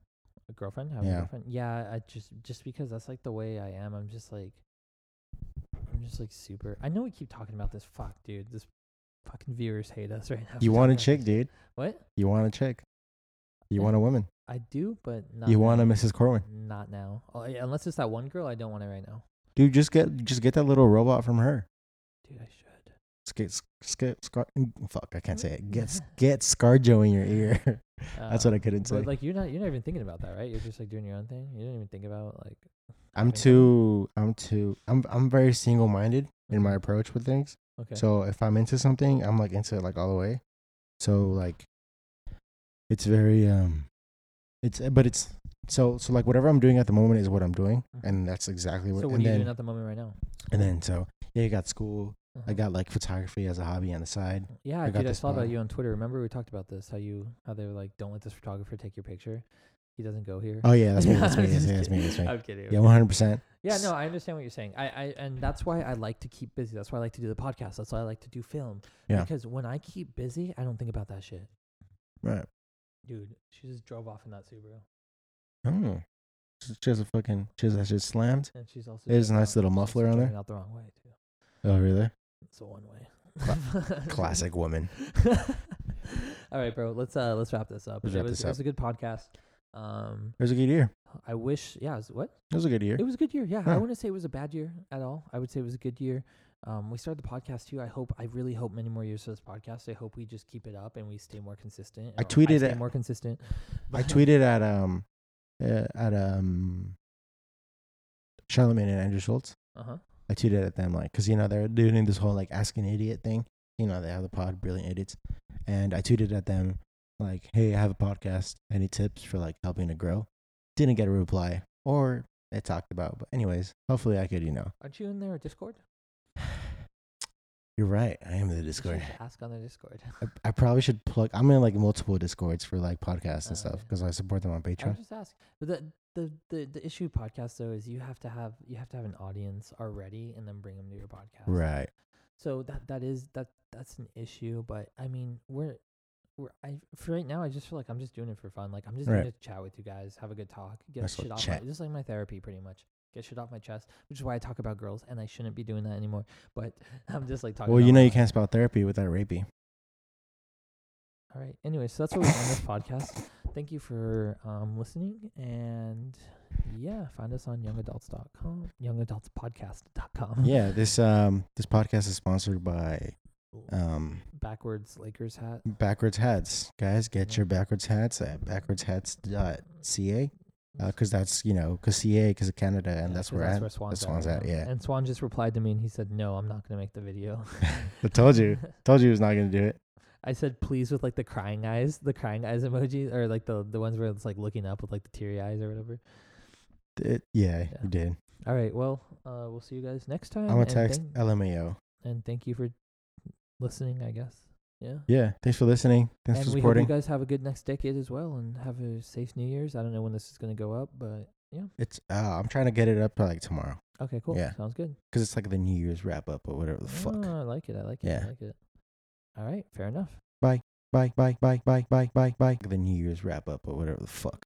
B: a girlfriend having
C: Yeah.
B: a girlfriend yeah i just just because that's like the way i am i'm just like i'm just like super i know we keep talking about this fuck dude this fucking viewers hate us right now
C: You
B: for
C: want a
B: talking about
C: chick,
B: this.
C: dude.
B: what
C: You want a chick. You
B: Yeah.
C: want a woman.
B: i do but not
C: you want a
B: now.
C: Mrs. Corwin,
B: not now oh, yeah, unless it's that one girl i don't want it right now
C: dude. Just get just get that little robot from her.
B: dude i should
C: Skit, skit, scar. Fuck, I can't say it. Get s- get ScarJo in your ear. That's what I
B: Um,
C: couldn't say.
B: but like you're not you're not even thinking about that right you're just like doing your own thing you don't even think about like
C: I'm
B: having someone.
C: too. I'm too. I'm I'm very single minded in my approach with things.
B: okay
C: So if I'm into something, I'm like into it like all the way. So like, it's very um, it's but it's so so like whatever I'm doing at the moment is what I'm doing,
B: Mhm.
C: and that's exactly what.
B: so what
C: and
B: are you
C: then
B: doing at the moment right now
C: and then so yeah, I got school. I
B: Uh-huh.
C: got like photography as a hobby on the side.
B: Yeah,
C: I
B: dude,
C: got
B: I
C: this
B: saw about
C: plan.
B: you on Twitter. Remember we talked about this? How you how they were like, don't let this photographer take your picture. He doesn't go here.
C: Oh yeah, that's me.
B: Yeah,
C: That's me.
B: I'm
C: That's
B: just
C: me. That's me. That's
B: kidding.
C: me.
B: I'm kidding.
C: Yeah,
B: I'm
C: one hundred percent.
B: yeah, no, I understand what you're saying. I, I and that's why I like to keep busy. That's why I like to do the podcast. That's why I like to do film.
C: Yeah.
B: Because when I keep busy, I don't think about that shit.
C: Right.
B: Dude, she just drove off in that Subaru.
C: Oh, she has a fucking. She has that shit slammed.
B: And she's also
C: There's a
B: driving
C: nice
B: out-
C: little
B: she's
C: muffler
B: also
C: on there.
B: driving Out the wrong way too.
C: Oh really?
B: It's a one way.
C: Cla- Classic woman.
B: All right, bro. Let's uh let's wrap this up.
C: Let's
B: it
C: wrap
B: was
C: this
B: it was a good podcast. Um
C: It was a good year.
B: I wish yeah, it was, what?
C: It was a good year.
B: It was a good year. Yeah, I
C: Yeah.
B: wouldn't say it was a bad year at all. I would say it was a good year. Um, we started the podcast too. I hope. I really hope many more years for this podcast. I hope we just keep it up and we stay more consistent.
C: I
B: or
C: tweeted
B: stay
C: it-
B: more consistent.
C: I tweeted at um uh, at um Charlemagne and Andrew Schultz.
B: Uh huh.
C: I tweeted at them like because you know they're doing this whole like ask an idiot thing. You know they have the pod brilliant idiots, and I tweeted at them like, "Hey, I have a podcast. Any tips for like helping to grow?" Didn't get a reply or it talked about. But anyways, hopefully I could you know.
B: Aren't you in their Discord?
C: You're right. I am in the
B: You should
C: Discord.
B: Ask on their Discord.
C: I, I probably should plug. I'm in like multiple Discords for like podcasts and stuff
B: Okay.
C: because I support them on
B: I would
C: Patreon.
B: just ask. But the, the the the issue with podcasts though is you have to have you have to have an audience already and then bring them to your podcast.
C: Right.
B: So that that is that that's an issue, but I mean we're we're I for right now I just feel like I'm just doing it for fun. Like I'm just
C: Right.
B: doing it to chat with you guys, have a good talk, get
C: Nice
B: shit
C: little
B: off
C: chat.
B: my just like my therapy pretty much. Get shit off my chest, which is why I talk about girls and I shouldn't be doing that anymore. But I'm just like talking
C: Well,
B: about
C: you know
B: my
C: you
B: life.
C: can't spell therapy without rapey.
B: All right. Anyway, so that's what we on this podcast. Thank you for um, listening. And yeah, find us on youngadults.com, youngadultspodcast.com.
C: yeah, this um this podcast is sponsored by um
B: Backwards Lakers hat.
C: Backwards Hats. Guys, get your backwards hats at backwardsHats.ca because uh, that's you know because CA because of Canada and
B: Yeah,
C: that's
B: 'cause
C: where
B: that's
C: I'm.
B: where Swan's,
C: that's Swan's
B: right
C: at,
B: now.
C: yeah.
B: And Swan just replied to me and he said, "No, I'm not gonna make the video."
C: I told you, told you he was not gonna do it.
B: I said, "Please," with like the crying eyes, the crying eyes emoji, or like the the ones where it's like looking up with like the teary eyes or whatever.
C: It- yeah,
B: Yeah.
C: he did.
B: All right. Well, uh, we'll see you guys next time.
C: I'm gonna
B: and
C: text
B: thank-
C: LMAO.
B: and thank you for listening. I guess. Yeah.
C: Yeah, thanks for listening. Thanks
B: and we
C: for
B: hope you
C: supporting.
B: guys have a good next decade as well, and have a safe New Year's. I don't know when this is gonna go up, but yeah.
C: It's uh, I'm trying to get it up by like tomorrow
B: Okay. Cool.
C: Yeah.
B: Sounds good.
C: because it's like the New Year's wrap up or whatever the fuck.
B: Oh, I like it. I like it. I
C: Yeah.
B: like it. All right. Fair enough.
C: Bye, bye, bye, bye, bye, bye, bye, bye. The New Year's wrap up or whatever the fuck.